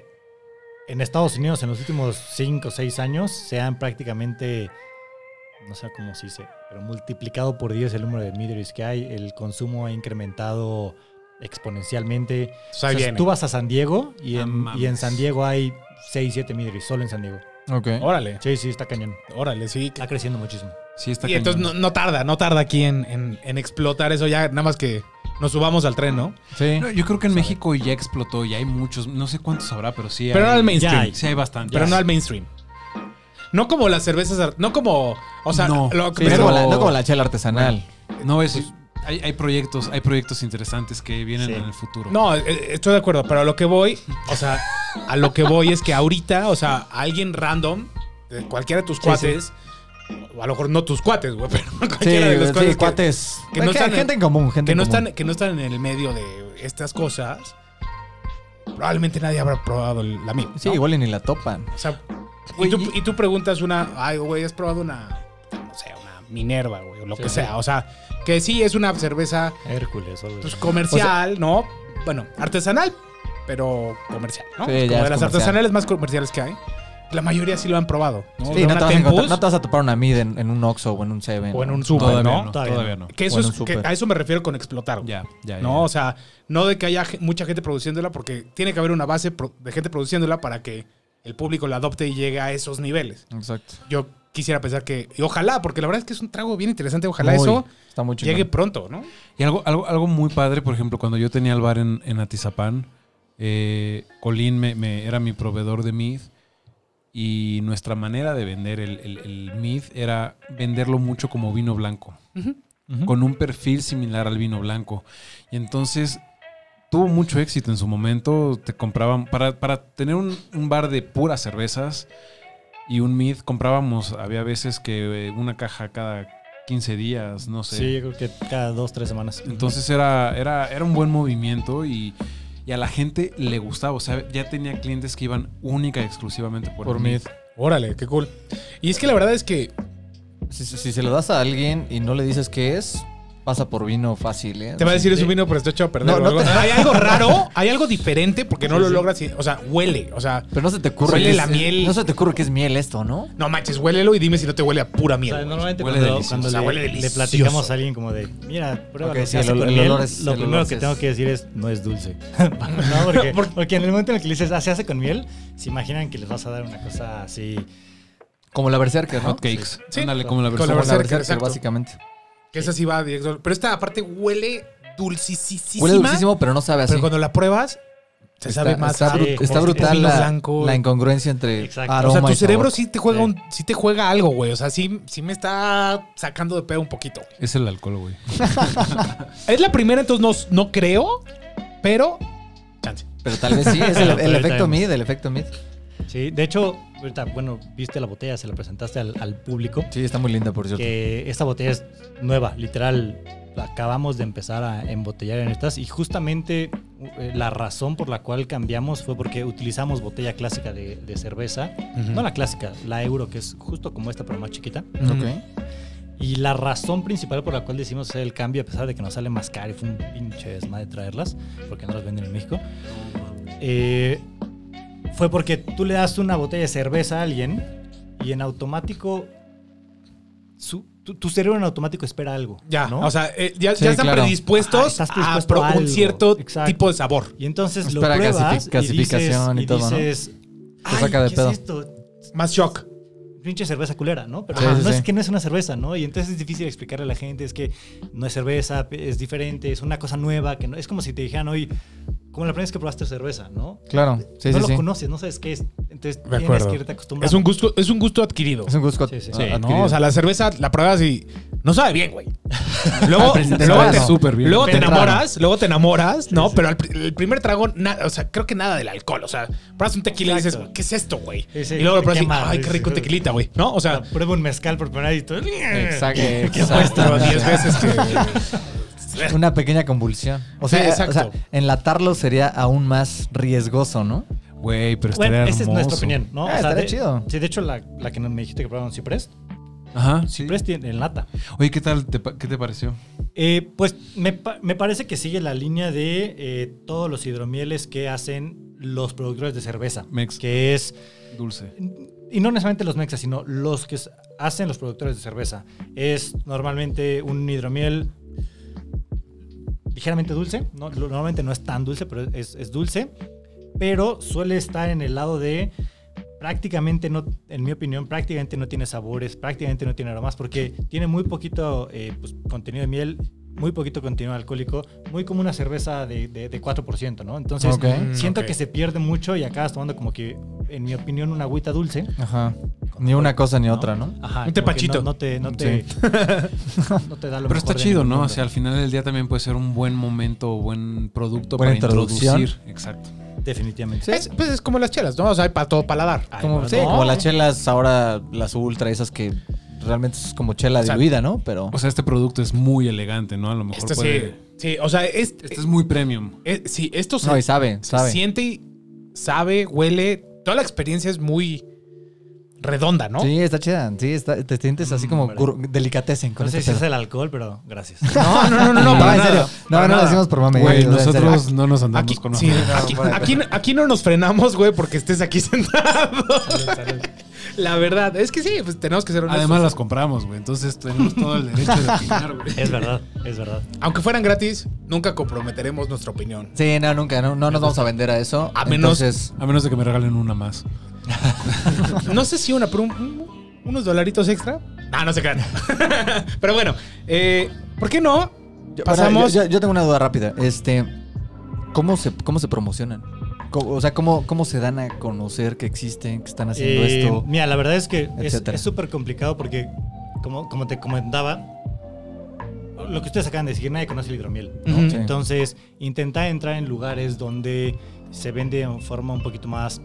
S4: en Estados Unidos en los últimos 5 o 6 años se han prácticamente, no sé cómo se dice, pero multiplicado por 10 el número de midries que hay, el consumo ha incrementado exponencialmente.
S3: O sea,
S4: O
S3: ahí
S4: sea,
S3: viene.
S4: tú vas a San Diego y
S2: No
S4: en, y en
S2: mames.
S4: San Diego hay 6, 7 midries, solo en San Diego.
S5: ok.
S3: Órale,
S4: Sí, sí, está cañón.
S3: órale, sí.
S4: Está creciendo muchísimo.
S2: Sí, está
S3: Y entonces no,
S2: cañón.
S3: no tarda, no tarda aquí en, en- en explotar eso ya, nada más que nos subamos al tren, ¿no?
S5: Sí.
S2: Eh, No, yo creo que en México ya explotó, ya hay muchos, no sé cuántos habrá, pero sí hay.
S3: Pero no al
S4: Ya
S3: mainstream.
S4: hay.
S2: Sí hay bastante.
S3: Pero no al mainstream. No como las cervezas, ar- no como, o sea,
S2: No.
S3: lo
S5: Sí,
S3: pero-
S5: no, como la, no como la chela artesanal.
S2: No, es, hay, hay proyectos, hay proyectos interesantes que vienen
S4: Sí.
S2: en el futuro.
S3: no, eh, estoy de acuerdo, pero a lo que voy, o sea, a lo que voy es que ahorita, o sea, alguien random, de cualquiera de tus cuates, o a lo mejor no tus cuates, güey, pero cualquiera de los
S5: sí,
S3: cuates, que-
S5: cuates.
S3: que no
S5: Hay
S3: están en-
S5: gente en común, gente
S3: que, no
S5: en común.
S3: están, que no están en el medio de estas cosas, probablemente nadie habrá probado el- la mía.
S5: Sí,
S3: ¿no?
S5: igual y ni la topan.
S3: O sea,
S2: Güey,
S3: y, tú,
S2: y-
S3: y tú preguntas una, ay, güey, has probado una, no sé, una Minerva, güey, o lo que sea. O sea, que sí es una cerveza
S4: Hércules, algo así.
S3: pues, comercial, ¿no? Bueno, artesanal, pero comercial, ¿no?
S5: Sí,
S3: Como
S5: ya
S3: de
S5: es
S3: las
S5: comercial.
S3: artesanales más comerciales que hay. La mayoría sí lo han probado, ¿no?
S5: Sí,
S3: De
S5: no,
S3: una
S5: te vas a
S3: Tempus
S5: encontrar- no te vas a topar una mid en, en un Oxxo o en un Seven.
S3: o en un
S5: ¿no?
S3: super,
S2: todavía
S3: ¿no?
S2: no,
S4: Todavía
S2: todavía no.
S3: Que eso
S5: O en
S3: es,
S5: un
S3: que
S5: súper.
S3: a eso me refiero con explotar, güey.
S2: Ya, ya, ya.
S3: No, o sea, no de que haya ge- mucha gente produciéndola, porque tiene que haber una base pro- de gente produciéndola para que el público la adopte y llegue a esos niveles.
S5: Exacto.
S3: yo quisiera pensar que, y ojalá, porque la verdad es que es un trago bien interesante, ojalá
S5: Muy-
S3: eso
S5: Está muy chingón.
S3: llegue pronto, ¿no?
S2: Y algo, algo, algo muy padre, por ejemplo, cuando yo tenía el bar en, en Atizapán, eh, Colín me, me- era mi proveedor de Mead y nuestra manera de vender el, el, el Mead era venderlo mucho como vino blanco,
S3: Ujú.
S2: con un perfil similar al vino blanco. Y entonces tuvo mucho éxito en su momento. Te compraban, para, para tener un, un bar de puras cervezas y un mid, comprábamos, había veces que eh, una caja cada 15 días, no sé.
S4: Sí, yo creo que cada dos, tres semanas.
S2: Entonces era, era, era un buen movimiento y, y a la gente le gustaba. O sea, ya tenía clientes que iban única y exclusivamente por,
S5: Por
S2: el
S5: mid.
S3: Órale, qué cool. Y es que la verdad es que
S5: Si, si- si se lo das a alguien y no le dices qué es, pasa por vino fácil, ¿eh?
S3: te va a decir es
S5: Sí.
S3: un vino, pero está hecho a perder.
S5: No,
S3: o
S5: no
S3: algo.
S5: te-
S3: Hay algo raro, hay algo diferente porque no lo logras. y- o sea, huele. O sea,
S5: Pero no se te ocurre.
S3: Huele
S5: que
S3: la
S5: es-
S3: miel.
S5: No se te ocurre que es miel esto, ¿no?
S3: no manches, huélelo y dime si no te huele a pura
S4: O
S3: miel.
S4: sea,
S3: güey.
S4: normalmente
S2: Huele
S4: cuando,
S2: delicioso.
S4: cuando
S3: O sea,
S4: le-
S3: huele
S4: le,
S3: delicioso.
S4: platicamos a alguien como de, mira, pruébalo,
S5: Ok,
S4: se
S5: sí,
S4: hace
S5: el
S4: con
S5: ol- el
S4: miel",
S5: olor es-
S4: lo
S5: el
S4: primero
S5: olor
S4: que
S5: es-
S4: tengo que decir es, no es dulce. No, porque, porque en el momento en el que le dices, "Ah, se hace con miel, se imaginan que les vas a dar una cosa así.
S5: Como la berserker, ¿no?
S2: Hot cakes.
S3: Sí.
S2: Ándale, como la
S3: Con
S2: versión.
S3: la
S5: Como
S3: berserker, exacto.
S5: básicamente.
S3: Que esa sí va directo. Pero esta aparte huele dulcisísima.
S5: Huele dulcísimo, pero no sabe así.
S3: Pero cuando la pruebas, se
S5: Está-
S3: sabe más.
S5: Está,
S3: a-
S5: bru-
S4: Sí,
S5: está
S3: como
S5: brutal
S3: vino
S5: la,
S3: blanco.
S5: la incongruencia entre
S4: Exacto.
S5: aroma
S3: o sea, tu
S5: y sabor.
S3: cerebro sí te juega
S4: Sí.
S3: un, sí te juega algo, güey. O sea, sí, sí me está sacando de pedo un poquito.
S2: Es el alcohol, güey.
S3: Es la primera, entonces no, no creo, pero chance.
S5: Pero tal vez sí, es el, el
S4: Ahorita
S5: efecto
S4: vemos.
S5: mid, el efecto mid.
S4: Sí, de hecho, ahorita, bueno, viste la botella, se la presentaste al, al público.
S5: Sí, está muy linda, por cierto.
S4: Que esta botella es nueva, literal. la Acabamos de empezar a embotellar en estas y justamente u- eh, la razón por la cual cambiamos fue porque utilizamos botella clásica de, de cerveza. No
S3: Mm.
S4: la clásica, la euro, que es justo como esta, pero más chiquita.
S5: Ok.
S4: Y la razón principal por la cual decidimos hacer el cambio, a pesar de que nos sale más caro y fue un pinche desmadre traerlas, porque no las venden en México, eh, fue porque tú le das una botella de cerveza a alguien y en automático. su- tu, tu cerebro en automático espera algo.
S3: Ya,
S4: ¿no?
S3: o sea, eh, ya,
S5: Sí,
S3: ya están
S5: claro.
S4: Ajá,
S3: predispuestos
S4: estás
S3: a,
S4: predispuesto
S3: pro-
S4: a
S3: un
S4: algo.
S3: cierto
S4: Exacto.
S3: tipo de sabor.
S4: y entonces lo
S5: Espera
S4: pruebas
S5: gasific- gasificación
S4: y,
S5: y todo, ¿no?
S4: dices,
S5: Te
S4: "Ay,
S5: saca de
S4: ¿qué
S5: pedo".
S4: es esto?
S3: Más shock.
S4: pinche cerveza culera, ¿no? Pero
S5: Sí,
S4: no
S5: sí,
S4: es
S5: sí.
S4: que no es una cerveza, ¿no? Y entonces es difícil explicarle a la gente, es que no es cerveza, es diferente, es una cosa nueva, que no, es como si te dijeran hoy, como la primera vez que probaste cerveza, ¿no?
S5: Claro, sí,
S4: no
S5: sí,
S4: lo
S5: sí.
S4: conoces, no sabes qué es, entonces
S3: De
S4: tienes
S3: acuerdo.
S4: que irte acostumbrando.
S3: Es un gusto, es un gusto adquirido.
S5: Es un gusto
S4: Sí, sí,
S5: a-
S4: sí.
S5: adquirido.
S3: No, o sea, la cerveza la pruebas y no sabe bien, güey. Luego,
S5: principio
S3: luego,
S5: sabe
S3: te,
S2: súper bien.
S3: luego te
S5: Pero raro.
S3: enamoras, luego te enamoras, ¿no?
S4: sí.
S3: Pero al pri- el primer trago, nada, o sea, creo que nada del alcohol. O sea, pruebas un tequila y
S4: Exacto.
S3: dices, ¿qué es esto, güey?
S4: Sí, sí,
S3: y luego lo
S4: te
S3: pruebas y,
S4: quema,
S3: ay,
S4: sí,
S3: qué
S4: sí,
S3: rico
S4: sí.
S3: tequila, güey, ¿no? O sea,
S4: Prueba un mezcal por primera vez y todo.
S5: Exacto,
S3: pero
S5: exacto.
S3: 10 veces que.
S5: Una pequeña convulsión. O
S3: Sí,
S5: sea,
S3: exacto.
S5: o sea, enlatarlo sería aún más riesgoso, ¿no?
S2: Güey, pero estaría
S4: Bueno, esa es
S2: hermoso.
S4: nuestra opinión, ¿no?
S5: Ah, estaría
S4: de-
S5: chido.
S4: Sí, de hecho, la, la que me dijiste que probaron Ciprés,
S2: Ajá, sí.
S4: Ciprés tiene en lata.
S2: Oye, ¿qué tal? Te, pa- ¿Qué te pareció?
S4: Eh, pues me, pa- me parece que sigue la línea de eh, todos los hidromieles que hacen los productores de cerveza.
S2: Mex.
S4: Que es,
S2: Dulce.
S4: y no necesariamente los mexas, sino los que s- hacen los productores de cerveza. Es normalmente un hidromiel ligeramente dulce. No, lo- normalmente no es tan dulce, pero es, es dulce. Pero suele estar en el lado de prácticamente no, en mi opinión, prácticamente no tiene sabores, prácticamente no tiene aromas, porque tiene muy poquito eh, pues, contenido de miel, muy poquito contenido alcohólico, muy como una cerveza de, de- de 4%, ¿no? Entonces,
S5: Ok.
S4: siento
S3: Ok.
S4: que se pierde mucho y acabas tomando como que, en mi opinión, una agüita dulce.
S5: Ajá. Ni una cosa ni
S4: ¿no?
S5: otra, ¿no?
S4: Ajá, como
S3: Un
S4: que
S3: tepachito.
S4: No, no te, no te, no te da lo
S2: Pero
S4: mejor
S2: está
S4: de
S2: chido,
S4: ningún
S2: ¿no? O
S4: mundo.
S2: sea, al final del día también puede ser un buen momento, buen producto
S5: Buena
S2: para
S5: introducción.
S2: introducir. Exacto.
S4: Definitivamente.
S3: Es, pues es como las chelas, ¿no? O sea, hay para todo paladar.
S4: Ay,
S5: Como,
S4: bueno,
S5: sí,
S4: no.
S5: como las chelas ahora, las ultra, esas que realmente es como chela
S3: sea,
S5: diluida, ¿no? Pero
S2: O sea, este producto es muy elegante, ¿no? A lo mejor
S4: Este
S3: Esto
S2: puede...
S3: Este sí. Sí, o sea, es,
S2: Este es muy premium.
S3: es- Eh, sí, esto se,
S5: no, y sabe,
S3: se
S5: sabe.
S3: siente y sabe, huele. Toda la experiencia es muy redonda, ¿no? Mm,
S5: Sí, está chida. Sí, está- te sientes así como
S4: Hombre.
S5: gur- delicatecen con
S4: no sé si
S5: este
S4: es
S5: pedo.
S4: el alcohol, pero gracias.
S3: No, no, no, no, no,
S5: No,
S3: para
S5: en
S3: nada,
S5: serio. No,
S3: para
S5: no lo
S3: nada.
S5: decimos por mame.
S2: Güey,
S5: güey, o sea, en serio.
S2: nosotros no nos andamos
S3: Aquí,
S2: con...
S3: sí, aquí,
S5: fuera de
S3: aquí- aquí no nos frenamos, güey, porque estés aquí sentado. La verdad, es que sí, pues tenemos que ser honestos.
S2: Además las compramos, güey. Entonces tenemos todo el derecho de opinar, güey.
S4: es verdad, es verdad.
S3: aunque fueran gratis, nunca comprometeremos nuestra opinión.
S5: Sí, no, nunca. No, no nos vamos a vender a eso.
S3: A menos-
S5: Entonces,
S2: A menos de que me regalen una más.
S3: No sé si una, pero un- unos dolaritos extra. No, no se crean. pero bueno, eh, ¿por qué no?
S5: yo-
S3: Pasamos.
S5: Yo, yo- yo tengo una duda rápida. Este, ¿cómo se, cómo se promocionan? Co- O sea, ¿cómo, ¿cómo se dan a conocer que existen, que están haciendo
S4: Eh,
S5: esto?
S4: Mira, la verdad es que es-
S5: etcétera.
S4: es súper complicado porque, como, como te comentaba, lo que ustedes acaban de decir, nadie conoce el hidromiel. ¿no?
S3: Ujú.
S5: Sí.
S4: Entonces, intenta entrar en lugares donde se vende en forma un poquito más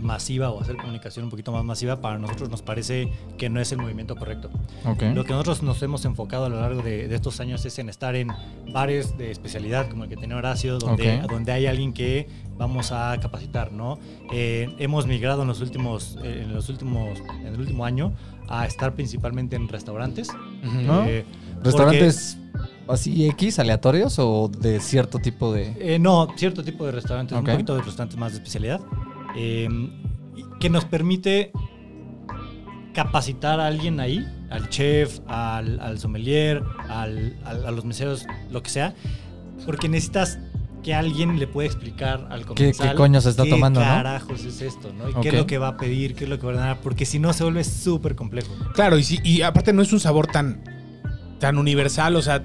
S4: masiva o hacer comunicación un poquito más masiva, para nosotros nos parece que no es el movimiento correcto.
S5: Ok.
S4: Lo que nosotros nos hemos enfocado a lo largo de, de estos años es en estar en bares de especialidad, como el que tiene Horacio, donde,
S5: Ok.
S4: donde hay alguien que vamos a capacitar, ¿no? Eh, hemos migrado en los últimos, eh, en los últimos, en el último año a estar principalmente en restaurantes.
S5: ¿No?
S4: eh,
S5: ¿Restaurantes así X, aleatorios o de cierto tipo de...?
S4: Eh, no, cierto tipo de restaurantes,
S5: Ok.
S4: un poquito de restaurantes más de especialidad, eh, y que nos permite capacitar a alguien ahí, al chef, al, al sommelier, al- al- a los meseros, lo que sea, porque necesitas que alguien le pueda explicar al comensal
S5: qué coño se está tomando,
S4: qué
S5: no?
S4: carajos es esto, ¿no? Y qué
S5: Ok.
S4: es lo que va a pedir, qué es lo que va a ordenar, porque si no se vuelve súper complejo.
S3: Claro, y, si- y aparte no es un sabor tan, tan universal, o sea,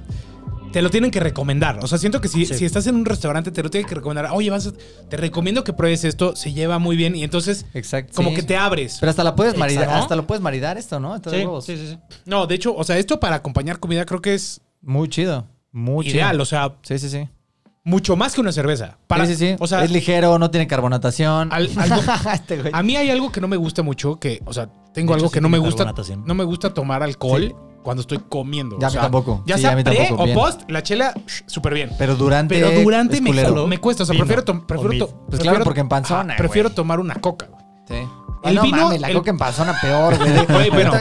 S3: te lo tienen que recomendar. O sea, siento que si,
S4: Sí.
S3: si estás en un restaurante, te lo tienen que recomendar. Oye, vas a- te recomiendo que pruebes esto, se lleva muy bien y entonces
S5: Exacto.
S3: como
S5: Sí.
S3: que te abres.
S5: Pero hasta la puedes
S3: Exacto.
S5: maridar, hasta lo puedes maridar esto, ¿no? Está de
S4: Sí,
S5: huevos.
S4: sí, sí, sí.
S3: No, de hecho, o sea, esto para acompañar comida creo que es
S5: Muy chido. Muy
S3: ideal,
S5: chido.
S3: o sea,
S5: Sí, sí, sí.
S3: mucho más que una cerveza. Para,
S5: sí, sí, sí.
S3: O sea,
S5: es ligero, no tiene carbonatación.
S3: al- algo-
S5: Este güey.
S3: a mí hay algo que no me gusta mucho, que, o sea, tengo
S4: De
S3: algo
S4: hecho,
S3: que
S4: sí
S3: no me
S4: tiene
S3: gusta,
S4: carbonatación.
S3: no me gusta tomar alcohol cuando estoy comiendo.
S5: Ya
S3: o
S5: a mí
S3: sea,
S5: tampoco.
S3: Ya
S5: Sí,
S3: sea
S5: a mí
S3: pre
S5: tampoco,
S3: o
S5: bien.
S3: post, la chela, psh, súper bien.
S5: Pero durante.
S3: Pero durante
S5: es
S3: me,
S5: culero.
S3: me cuesta. O sea,
S4: Vino
S3: prefiero, tom- prefiero,
S4: o
S3: to-
S4: mid.
S5: Pues
S3: prefiero-
S5: claro, porque en panzona,
S3: Ajá, prefiero
S5: güey.
S3: tomar una coca, güey.
S5: Sí.
S3: El
S5: El no,
S3: vino-
S5: mames, la
S3: el-
S5: coca en panzona peor, güey.
S3: Güey, bueno,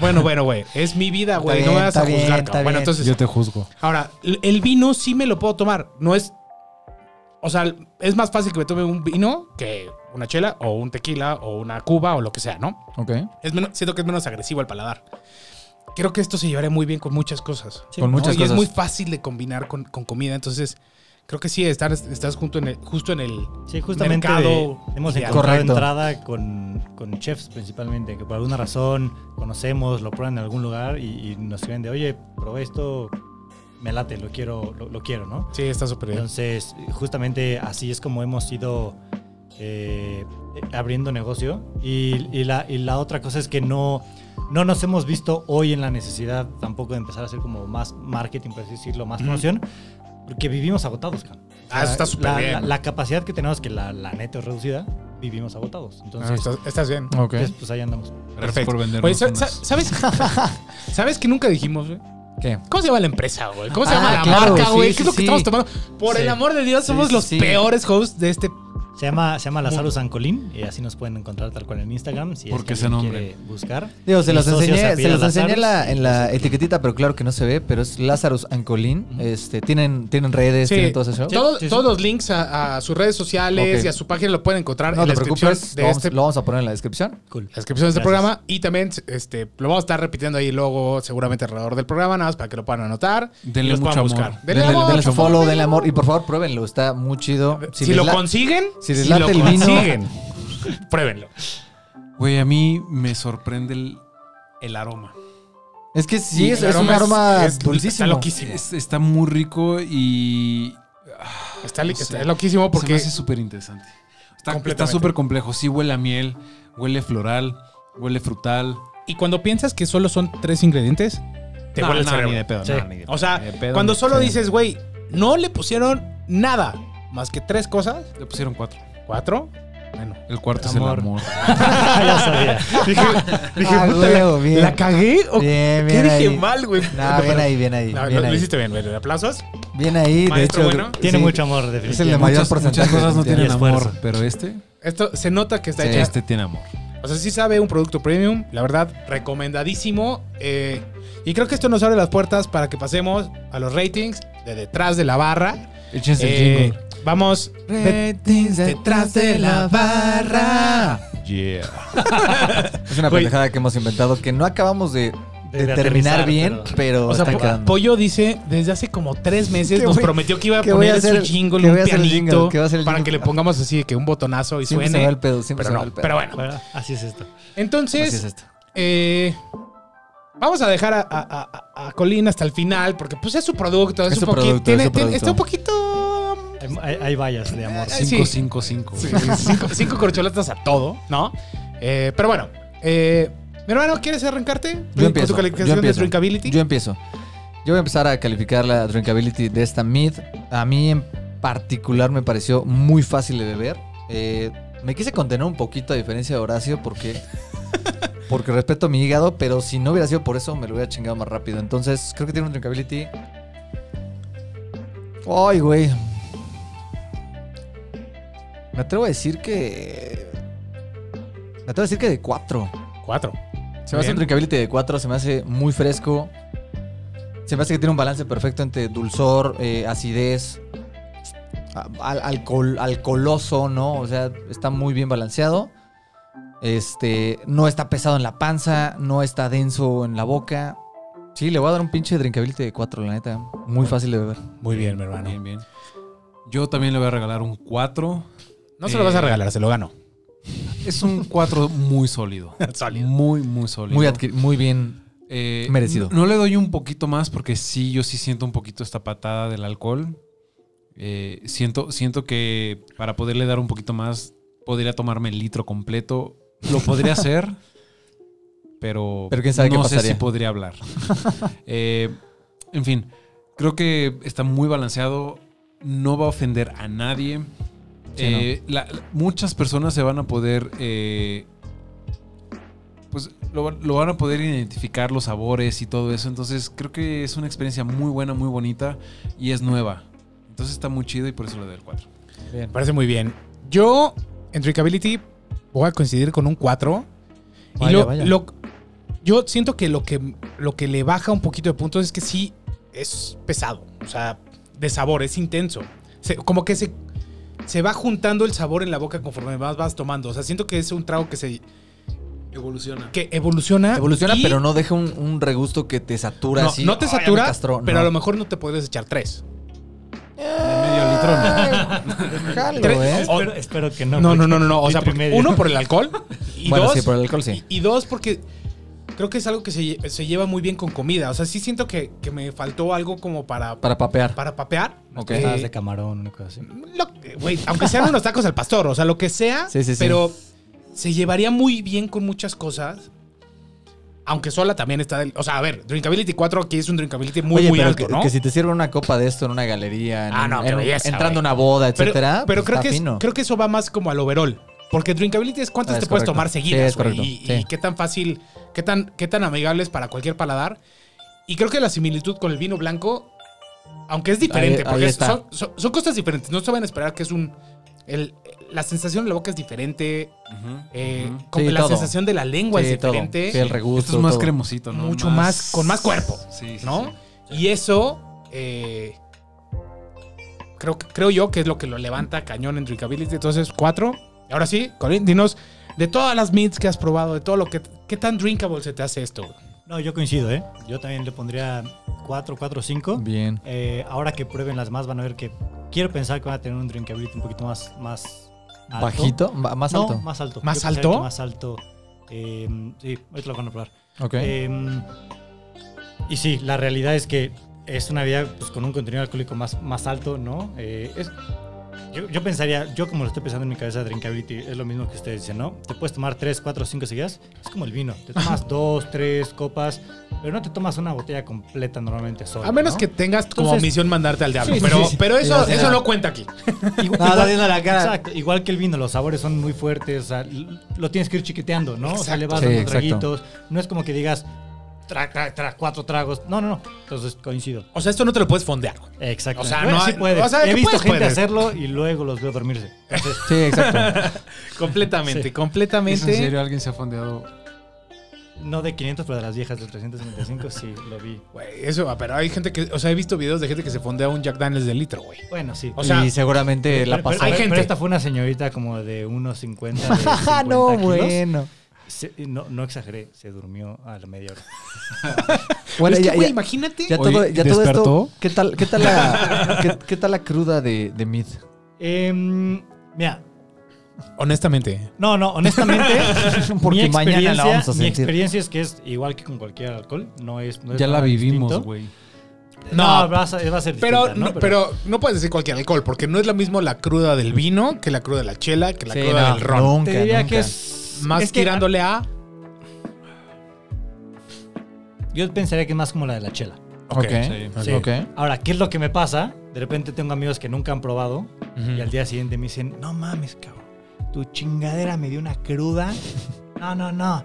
S3: bueno, bueno, güey. Es mi vida, güey.
S5: Está
S3: No me
S5: bien,
S3: vas a
S5: está
S3: juzgar,
S5: bien,
S3: cabrón.
S5: está
S3: Bueno,
S5: bien.
S3: entonces.
S2: Yo te juzgo.
S3: Ahora, el- el vino sí me lo puedo tomar. No es. O sea, es más fácil que me tome un vino que una chela o un tequila o una cuba o lo que sea, ¿no?
S5: Ok.
S3: Es menos- siento que es menos agresivo al paladar. Creo que esto se llevaría muy bien con muchas cosas.
S5: Con
S3: ¿no?
S5: muchas
S3: Y es
S5: cosas.
S3: muy fácil de combinar con, con comida. Entonces, creo que sí, estar, estás junto en el, justo en el.
S4: Sí, justamente
S3: mercado
S4: hemos
S3: ideal.
S4: encontrado
S5: Correcto.
S4: entrada con, con chefs principalmente, que por alguna razón conocemos, lo prueban en algún lugar y, y nos escriben de, oye, probé esto, me late, lo quiero, lo, lo quiero, ¿no?
S3: Sí, está súper bien.
S4: Entonces, justamente así es como hemos ido eh, abriendo negocio. Y, y la, y la otra cosa es que no, no nos hemos visto hoy en la necesidad tampoco de empezar a hacer como más marketing, por así decirlo, más promoción, porque vivimos agotados, cabrón.
S3: Ah, eso está súper
S4: La-
S3: bien.
S4: La, la capacidad que tenemos, que la, la neta es reducida, vivimos agotados. Entonces,
S3: Ah, estás, estás bien.
S5: Ok.
S4: pues, pues ahí andamos.
S2: Gracias por vendernos.
S3: Oye, sa-
S2: unas-
S3: sa- ¿sabes, ¿sabes que nunca dijimos, güey?
S5: ¿Qué?
S3: ¿Cómo se llama la empresa, güey? ¿Cómo se
S5: Ah,
S3: llama la
S5: claro,
S3: marca,
S5: sí,
S3: güey? ¿Qué
S5: sí,
S3: es lo que
S5: sí.
S3: estamos tomando? Por
S5: Sí.
S3: el amor de Dios,
S5: Sí,
S3: somos
S5: sí,
S3: los
S5: sí.
S3: peores hosts de este.
S4: Se llama, se llama Lázaro Sancolín y así nos pueden encontrar tal cual en Instagram si
S2: ¿Por
S4: es
S2: qué
S4: que
S2: ese
S4: alguien
S2: nombre?
S4: quiere buscar.
S5: Digo, se
S4: Mi
S5: los
S4: socio
S5: enseñé, se
S4: apellida
S5: los enseñé en la,
S4: Lazarus,
S5: en la etiquetita, pero claro que no se ve, pero es Lazarus Ancolín. Este, tienen, tienen redes,
S3: Sí.
S5: tienen todo eso.
S3: Todos,
S4: sí, sí.
S3: todos los links a, a sus redes sociales
S5: Ok.
S3: y a su página lo pueden encontrar
S5: No
S3: en la
S5: te
S3: descripción
S5: preocupes,
S3: de
S5: lo vamos,
S3: este
S5: lo vamos a poner en la descripción.
S4: Cool.
S3: la descripción de este
S4: Gracias.
S3: programa y también este, lo vamos a estar repitiendo ahí luego seguramente alrededor del programa nada más para que lo puedan anotar
S2: Denle
S3: y los puedan
S2: mucho amor.
S3: buscar.
S5: Denle,
S3: Denle amor,
S5: denle su
S3: por favor,
S5: follow,
S3: denle
S5: denle amor. Y por favor, pruébenlo, está muy chido.
S3: amor. Si, lo
S5: les la-
S3: consiguen, si,
S5: si les
S3: lo
S5: late el vino-
S3: consiguen, pruébenlo.
S2: Güey, a mí me sorprende el, el aroma.
S5: Es que sí,
S3: Y
S5: es,
S3: el
S5: es un
S3: aroma es-
S5: aroma
S3: es- Está
S5: dulcísimo.
S3: loquísimo.
S2: Es- está muy rico y.
S3: Está,
S2: No
S3: li- está
S2: sé.
S3: loquísimo
S2: Porque se
S3: porque
S2: me hace súper interesante. Está- Está
S3: Completamente.
S2: súper complejo. Sí, huele a miel, huele floral, huele frutal.
S3: Y cuando piensas que solo son tres ingredientes, te
S2: No,
S3: vuelve el
S2: no,
S3: cerebro.
S2: ni de pedo,
S4: Sí.
S2: no, ni de pedo.
S3: O sea,
S2: Ni de pedo,
S3: cuando
S2: ni de
S3: solo
S2: pedo.
S3: dices, güey, no le pusieron nada más que tres cosas,
S2: Le pusieron cuatro.
S3: cuatro. Bueno.
S2: El cuarto
S4: Amor.
S2: es el amor.
S4: ya sabía.
S3: Dije, dije,
S5: Ah,
S3: puta,
S5: huevo,
S3: la,
S5: bien.
S3: ¿la cagué o
S5: Bien,
S3: qué
S5: bien
S3: dije
S5: ahí.
S3: mal, güey?
S5: No, bien
S3: pero-
S5: ahí, bien ahí.
S3: No,
S5: bien,
S3: lo, lo
S5: ahí.
S3: hiciste bien, güey. ¿Aplausos?
S5: bien ahí, de
S3: Maestro
S5: hecho.
S3: bueno.
S4: Tiene
S5: sí,
S4: mucho amor,
S5: Es el de
S4: definitivamente.
S5: mayor
S2: Muchas,
S5: porcentaje.
S2: muchas cosas no
S5: de-
S2: tienen
S4: Y
S2: amor,
S4: esfuerzo.
S2: pero este,
S3: Esto se nota que está
S5: Sí.
S3: hecha.
S2: este tiene amor.
S3: O sea, sí sabe un producto premium, la verdad, recomendadísimo. eh, y creo que esto nos abre las puertas para que pasemos a los ratings de detrás de la barra.
S2: Échense
S3: Eh,
S2: el jingle.
S3: vamos.
S5: Eh, Ratings detrás de la barra.
S2: Yeah.
S5: Es una
S3: Güey.
S5: pendejada que hemos inventado que no acabamos de,
S4: De-
S5: de
S4: de
S5: terminar
S4: aterrizar,
S5: bien,
S4: pero-
S5: pero
S3: O sea,
S5: está
S3: Po-
S5: quedando.
S3: Pollo dice, desde hace como tres meses
S5: ¿Qué
S3: nos
S5: voy-
S3: prometió que iba a
S5: qué voy
S3: poner
S5: a hacer?
S3: su jingle,
S5: ¿Qué
S3: un
S5: voy a hacer el
S3: pianito,
S5: jingle? ¿Qué va a hacer el
S3: para que
S5: jingle?
S3: le pongamos así de que un botonazo y
S5: siempre se
S3: suene.
S5: va el pedo, siempre
S3: pero,
S5: se va
S3: no,
S5: el pedo.
S3: pero bueno,
S4: Bueno, así es esto.
S3: entonces,
S5: Así es esto.
S3: eh, vamos a dejar a, a- a- a Colin hasta el final, porque pues es su producto, es,
S5: Es
S3: un
S5: su
S3: poquito,
S5: producto,
S3: tiene-
S5: es su
S3: tiene-
S5: producto.
S3: está un poquito...
S4: Hay- Hay, hay vallas de amor.
S5: ¿eh?
S3: Ay, Eh, sí.
S2: 555.
S3: sí, cinco, cinco corcholatas a todo, ¿no? Eh, pero bueno, eh, mi hermano, ¿quieres arrancarte?
S5: Yo
S3: Con
S5: empiezo.
S3: tu calificación
S5: yo
S3: de
S5: empiezo.
S3: drinkability.
S5: Yo empiezo. Yo voy a empezar a calificar la drinkability de esta mid. A mí en particular me pareció muy fácil de beber. Eh, me quise contener un poquito a diferencia de Horacio porque, porque respeto mi hígado, pero si no hubiera sido por eso me lo hubiera chingado más rápido. Entonces creo que tiene un drinkability... Ay, güey. Me atrevo a decir que... Me atrevo a decir que de 4.
S3: Cuatro.
S5: Se me hace
S3: Bien.
S5: un drinkability de 4, se me hace muy fresco. Se me hace que tiene un balance perfecto entre dulzor, eh, acidez, a- al- alcohol, alcoholoso, ¿no? O sea, está muy bien balanceado. Este, no está pesado en la panza, no está denso en la boca. Sí, le voy a dar un pinche drinkability de 4, la neta. Muy fácil de beber.
S3: Muy bien, mi hermano.
S2: Bien, bien. Yo también le voy a regalar un 4.
S3: No se lo vas a
S2: Eh,
S3: regalar, se lo gano.
S2: Es un 4 muy sólido.
S3: Sólido.
S2: Muy, muy sólido.
S5: Muy, adqui- muy bien.
S2: Eh,
S5: Merecido.
S2: No le doy un poquito más porque sí, yo sí siento un poquito esta patada del alcohol. Eh, siento, siento que para poderle dar un poquito más, podría tomarme el litro completo. Lo podría hacer, pero,
S5: Pero quién sabe qué
S2: no sé
S5: pasaría.
S2: si podría hablar. Eh, en fin, creo que está muy balanceado. No va a ofender a nadie.
S5: Sí,
S2: Eh, la- la- muchas personas se van a poder eh, pues lo, lo van a poder identificar los sabores y todo eso. Entonces creo que es una experiencia muy buena, muy bonita y es nueva. Entonces está muy chido y por eso le doy el 4.
S3: Me parece muy bien. Yo, en Drinkability, voy a coincidir con un 4.
S5: Vaya,
S3: y lo,
S5: vaya.
S3: lo- yo siento que lo, que lo que le baja un poquito de puntos es que sí es pesado. O sea, de sabor, es intenso. Se- como que se, se va juntando el sabor en la boca conforme más vas tomando. O sea, siento que es un trago que se
S2: Evoluciona.
S3: que evoluciona.
S5: Evoluciona,
S3: y-
S5: pero no deja un, un regusto que te satura
S3: no,
S5: así.
S3: no te
S5: "Ay, ya me
S3: satura,
S5: castró",
S3: pero
S5: no.
S3: a lo mejor no te puedes echar tres.
S5: Jalo,
S3: Tres-
S5: ¿eh?
S4: Espero, espero que no.
S3: No, no,
S4: porque
S3: no, no, no. O sea,
S4: litro y
S3: porque-
S4: medio.
S3: uno por el alcohol. Y
S5: bueno,
S3: dos,
S5: sí, por el alcohol sí.
S3: Y, y dos, porque creo que es algo que se, lle- se lleva muy bien con comida. O sea, sí siento que, que me faltó algo como para, para,
S5: Para papear.
S3: papear.
S5: Ok.
S3: Eh,
S4: Tostadas de camarón, una cosa así.
S3: lo- güey, aunque sean unos tacos al pastor, o sea, lo que sea,
S5: Sí, sí, sí.
S3: pero se llevaría muy bien con muchas cosas. Aunque sola también está del. O sea, a ver, Drinkability 4 aquí es un Drinkability muy,
S5: Oye,
S3: muy
S5: pero
S3: alto,
S5: que,
S3: ¿no?
S5: que si te sirven una copa de esto en una galería, en
S3: Ah,
S5: un-
S3: no, qué
S5: en un-
S3: belleza,
S5: entrando a
S3: güey.
S5: una boda,
S3: pero
S5: etcétera.
S3: pero
S5: pues
S3: creo,
S5: está
S3: que es-
S5: fino.
S3: creo que eso va más como al overall. Porque Drinkability es cuántas
S5: Ah, es
S3: te puedes
S5: correcto.
S3: tomar
S5: Sí, es
S3: seguidas, güey,
S5: correcto,
S3: y, y
S5: sí.
S3: qué tan fácil, qué tan, qué tan amigables para cualquier paladar. Y creo que la similitud con el vino blanco, aunque es diferente,
S5: Ahí-
S3: porque
S5: ahí
S3: es-
S5: está.
S3: son, son- son cosas diferentes. No se van a esperar que es un. el- la sensación en la boca es diferente. eh,
S2: Ujú.
S3: como
S5: Sí,
S3: la
S5: todo.
S3: sensación de la lengua
S5: Sí,
S3: es
S5: todo.
S3: diferente.
S5: Sí, el regusto.
S2: Esto es más
S5: todo.
S2: cremosito, ¿no?
S3: Mucho más- con más cuerpo,
S2: Sí, sí,
S3: ¿no?
S2: sí.
S3: Y eso, eh, creo, creo yo que es lo que lo levanta cañón en Drinkability. Entonces, cuatro. Ahora sí, Colin, dinos, de todas las meats que has probado, de todo lo que... ¿Qué tan drinkable se te hace esto?
S4: No, yo coincido, ¿eh? Yo también le pondría 4, 4, 5.
S5: Bien.
S4: Eh, ahora que prueben las más, van a ver que quiero pensar que van a tener un drinkability un poquito más, más alto.
S5: ¿Bajito? Ba- ¿Más
S4: no,
S5: alto?
S4: más alto.
S3: ¿Más
S4: Yo pensaría
S3: alto?
S4: que Más alto. Eh, sí, ahorita lo van a probar.
S5: ok.
S4: Eh, y sí, la realidad es que es una vida pues, con un contenido alcohólico más, más alto, ¿no? Eh, es- yo, yo pensaría, yo como lo estoy pensando en mi cabeza, drinkability es lo mismo que ustedes dicen, ¿no? Te puedes tomar 3, 4, 5 seguidas, es como el vino, te tomas 2, 3 copas, pero no te tomas una botella completa normalmente sola.
S3: A menos
S4: ¿no?
S3: que tengas como
S4: Entonces-
S3: misión mandarte al diablo.
S4: Sí, sí,
S3: pero,
S4: sí.
S3: pero eso,
S5: Sí, ya sé.
S3: eso no cuenta aquí.
S4: Igual,
S5: No, está
S4: igual-
S5: viendo la cara.
S4: Exacto, igual que el vino, los sabores son muy fuertes, o sea, l- lo tienes que ir chiquiteando, ¿no? O sea, le vas
S5: Sí,
S4: dando
S5: exacto.
S4: traguitos, no es como que digas tra, tra, tra, cuatro tragos, no, no, no, entonces coincido.
S3: O sea, esto no te lo puedes fondear. güey.
S4: Exacto.
S3: O sea,
S4: Bueno,
S3: no
S4: sí
S3: hay-
S4: puede.
S3: o sea,
S4: He
S3: que
S4: visto
S3: puedes,
S4: gente
S3: puedes.
S4: hacerlo y luego los veo dormirse. Entonces,
S5: sí, exacto.
S3: Completamente,
S4: Sí.
S2: ¿Es en
S3: completamente.
S2: serio alguien se ha fondeado?
S4: no de 500, pero de las viejas de 355 sí lo vi.
S3: Güey, eso, ah, pero hay gente que... O sea, he visto videos de gente que se fondea un Jack Daniels de litro, güey.
S4: Bueno, sí.
S3: O sea,
S5: y seguramente la
S4: Pero- pero-
S5: pasó.
S3: hay
S4: pero
S3: gente.
S4: esta fue una señorita como de unos 50. de 50
S5: Ah, no,
S4: kilos.
S5: bueno.
S4: Se- no, no exageré, se durmió a la media hora.
S5: Bueno,
S3: es que,
S5: ya,
S3: güey,
S5: ya-
S3: imagínate.
S5: ya
S2: Oye,
S5: todo, ya todo esto.
S2: ¿despertó?
S5: ¿Qué tal, qué tal, la, qué, qué tal la cruda de, de Mid?
S4: Em, mira,
S3: Honestamente.
S4: No, no, honestamente.
S5: Porque
S4: mi
S5: mañana la vamos a
S4: experiencia- Mi
S5: sentir.
S4: experiencia es que es igual que con cualquier alcohol. No es. no es
S2: Ya la
S4: nada
S2: vivimos,
S4: distinto.
S2: güey.
S4: No,
S3: No,
S4: va, a, ser- va a ser
S3: Pero,
S4: distinta,
S3: no, pero no puedes decir cualquier alcohol, porque no es lo mismo la cruda del vino que la cruda de la chela, que la
S5: Sí,
S3: cruda
S5: no,
S3: del ron.
S5: Nunca,
S4: te diría
S5: nunca.
S4: que es.
S3: Más
S4: es que
S3: tirándole a.
S4: Yo pensaría que es más como la de la chela.
S3: Ok. Ok.
S2: Sí.
S4: Sí.
S5: Ok.
S4: Ahora, ¿qué es lo que me pasa? De repente tengo amigos que nunca han probado y
S3: Mm.
S4: al día siguiente me dicen, no mames, cabrón, tu chingadera me dio una cruda. No, no, no.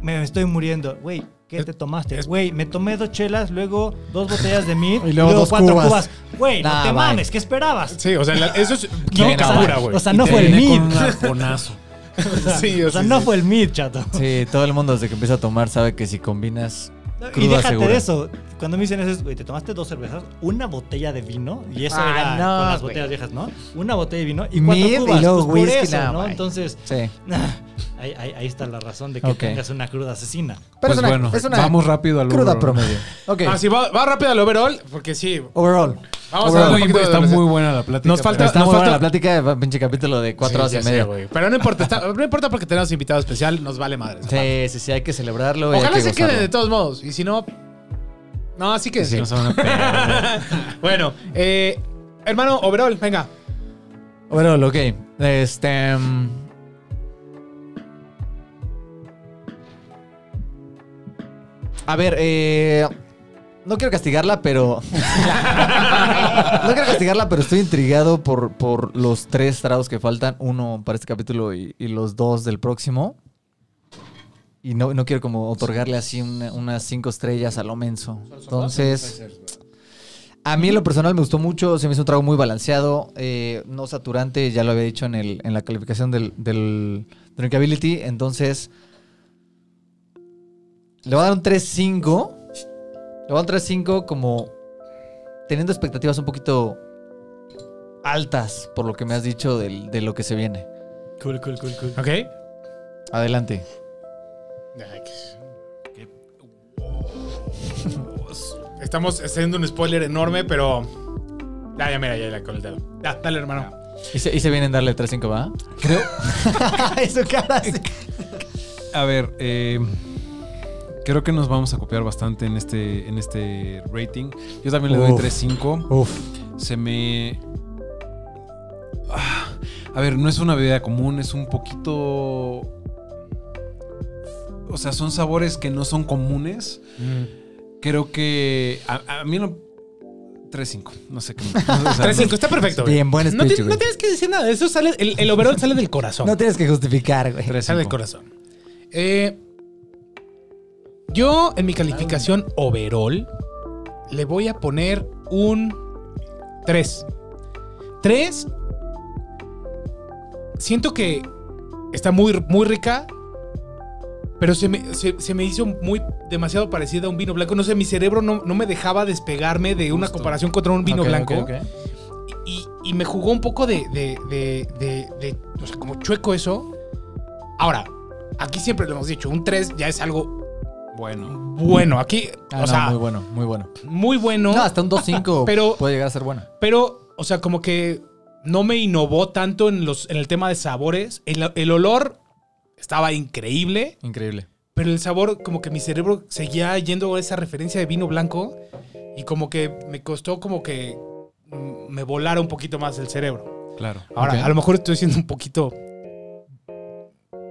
S4: Me estoy muriendo. Güey, ¿qué te tomaste?
S3: es-
S4: Güey, me tomé dos chelas, luego dos botellas de mid
S5: Y luego dos cubas.
S4: Güey, no
S5: Nah,
S4: te
S5: bye.
S4: mames, ¿qué esperabas?
S3: Sí, o sea, la- eso es química
S4: o sea,
S3: pura, güey.
S4: O sea, Ah, no
S2: Y
S4: fue el
S2: terminé
S4: mid.
S2: con un arponazo.
S4: O sea,
S3: Sí, o
S4: o sea,
S3: sí,
S4: no
S3: sí.
S4: fue el mid, chato.
S5: Sí, todo el mundo desde que empieza a tomar sabe que si combinas.
S4: y
S5: Cruda
S4: déjate
S5: segura.
S4: de eso. Cuando me dicen eso, es, güey, te tomaste dos cervezas, una botella de vino, y eso
S5: Ah,
S4: era
S5: no,
S4: con las
S5: güey.
S4: botellas viejas, ¿no? Una botella de vino y cuatro
S5: Mid y
S4: cubas.
S5: luego
S4: pues, por
S5: whisky,
S4: eso,
S5: no,
S4: ¿no?
S5: güey.
S4: Entonces,
S5: Sí.
S4: ahí, ahí- ahí está la razón de que
S5: Ok.
S4: tengas una cruda asesina.
S5: Pero
S2: Pues
S5: es una,
S2: bueno,
S5: es una
S2: vamos rápido al
S5: cruda
S2: overall.
S5: promedio. Ok.
S3: Ah, sí, va, va rápido al overall, porque sí.
S5: Overall.
S3: Vamos
S2: Está
S3: a ver un
S2: muy-
S3: poquito de
S2: Está
S3: adolescencia.
S2: muy buena la plática.
S3: Nos
S2: pero-
S3: falta-
S5: Está muy
S3: nos
S5: buena la plática, va, pinche capítulo de cuatro
S3: Sí,
S5: horas
S3: ya
S5: y
S3: sé,
S5: media.
S3: güey. Pero no importa, está- no importa porque tenemos invitado especial, nos vale madres.
S5: Sí, sí, sí, hay que celebrarlo. y hay
S3: Ojalá
S5: que
S3: se queden
S5: gozarlo.
S3: de todos modos. Y si no. No, así que.
S2: Sí, nos van a pegar.
S3: Bueno, eh, hermano Overall, venga.
S5: Overall, ok. Este. mm, A ver, eh, no quiero castigarla, pero. no quiero castigarla, pero estoy intrigado por, por los tres tragos que faltan. Uno para este capítulo y, y los dos del próximo. Y no, no quiero como otorgarle así una- unas cinco estrellas a lo menso. Entonces. A mí en lo personal me gustó mucho, se me hizo un trago muy balanceado, eh, no saturante, ya lo había dicho en, el, en la calificación del, del Drinkability, entonces le voy a dar un 3-5, le voy a dar un 3-5 como teniendo expectativas un poquito altas por lo que me has dicho del- de lo que se viene.
S4: Cool, cool, cool, cool.
S3: Ok.
S5: Adelante.
S3: Estamos haciendo un spoiler enorme, pero. Ya, ya, mira, ya, ya con el dedo. Ya, dale, hermano.
S5: Y se, y se vienen darle 3-5, ¿va? Creo. Eso cara. sí.
S2: A ver, eh, creo que nos vamos a copiar bastante en este, en este rating. Yo también le doy
S5: Uf.
S2: 3.5.
S5: Uf.
S2: Se me... Ah, a ver, no es una bebida común, es un poquito... O sea, son sabores que no son comunes.
S5: Mm.
S2: Creo que... A, a mí no... 3.5, no sé qué... o sea,
S3: 3-5, está perfecto. güey.
S5: Bien, buen
S3: No,
S5: speech,
S3: ti- no
S5: güey.
S3: tienes que decir nada. Eso sale. El, el overall sale del corazón.
S5: No tienes que justificar, güey.
S2: 3.5.
S3: sale del corazón. Eh, yo, en mi calificación overall, le voy a poner un 3. 3. Siento que está muy, muy rica. Pero se me, se, se me hizo muy demasiado parecida a un vino blanco. No sé, mi cerebro no, no me dejaba despegarme de una
S2: Justo.
S3: comparación contra un vino
S5: Ok,
S3: blanco.
S5: ok, ok.
S3: Y, y me jugó un poco de, de, de, de- de- O sea, como chueco eso. Ahora, aquí siempre lo hemos dicho, un 3 ya es algo
S2: Bueno.
S3: bueno. Aquí,
S5: Ah,
S3: o
S5: no,
S3: sea,
S5: muy
S3: muy,
S5: bueno, muy bueno.
S3: bueno,
S5: No, hasta un 2-5
S3: Pero-
S5: puede llegar a ser bueno.
S3: pero, o sea, como que no me innovó tanto en, los, en el tema de sabores. El, el olor estaba increíble,
S5: Increíble.
S3: pero el sabor, como que mi cerebro seguía yendo a esa referencia de vino blanco y como que me costó como que mm, me volara un poquito más el cerebro.
S2: Claro.
S3: Ahora,
S5: Ok.
S3: a lo mejor estoy siendo un poquito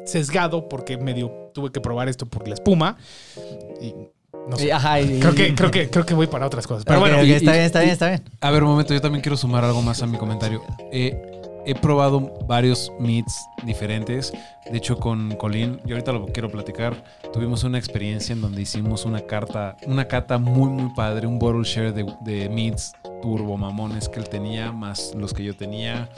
S3: sesgado porque medio tuve que probar esto por la espuma. Y no sé.
S5: ajá, y-
S3: Creo que, creo que, creo que voy para otras cosas. Pero
S5: Pero bueno,
S3: bueno,
S2: y-
S5: está
S2: y-
S5: bien, está
S2: y-
S5: bien, está bien.
S2: A ver, un momento, yo también quiero sumar algo más a mi comentario. Eh, he probado varios meats diferentes. De hecho, con Colin, yo ahorita lo quiero platicar. Tuvimos una experiencia en donde hicimos una carta, una cata muy, muy padre, un bottle share de, de meats turbo mamones que él tenía, más los que yo tenía.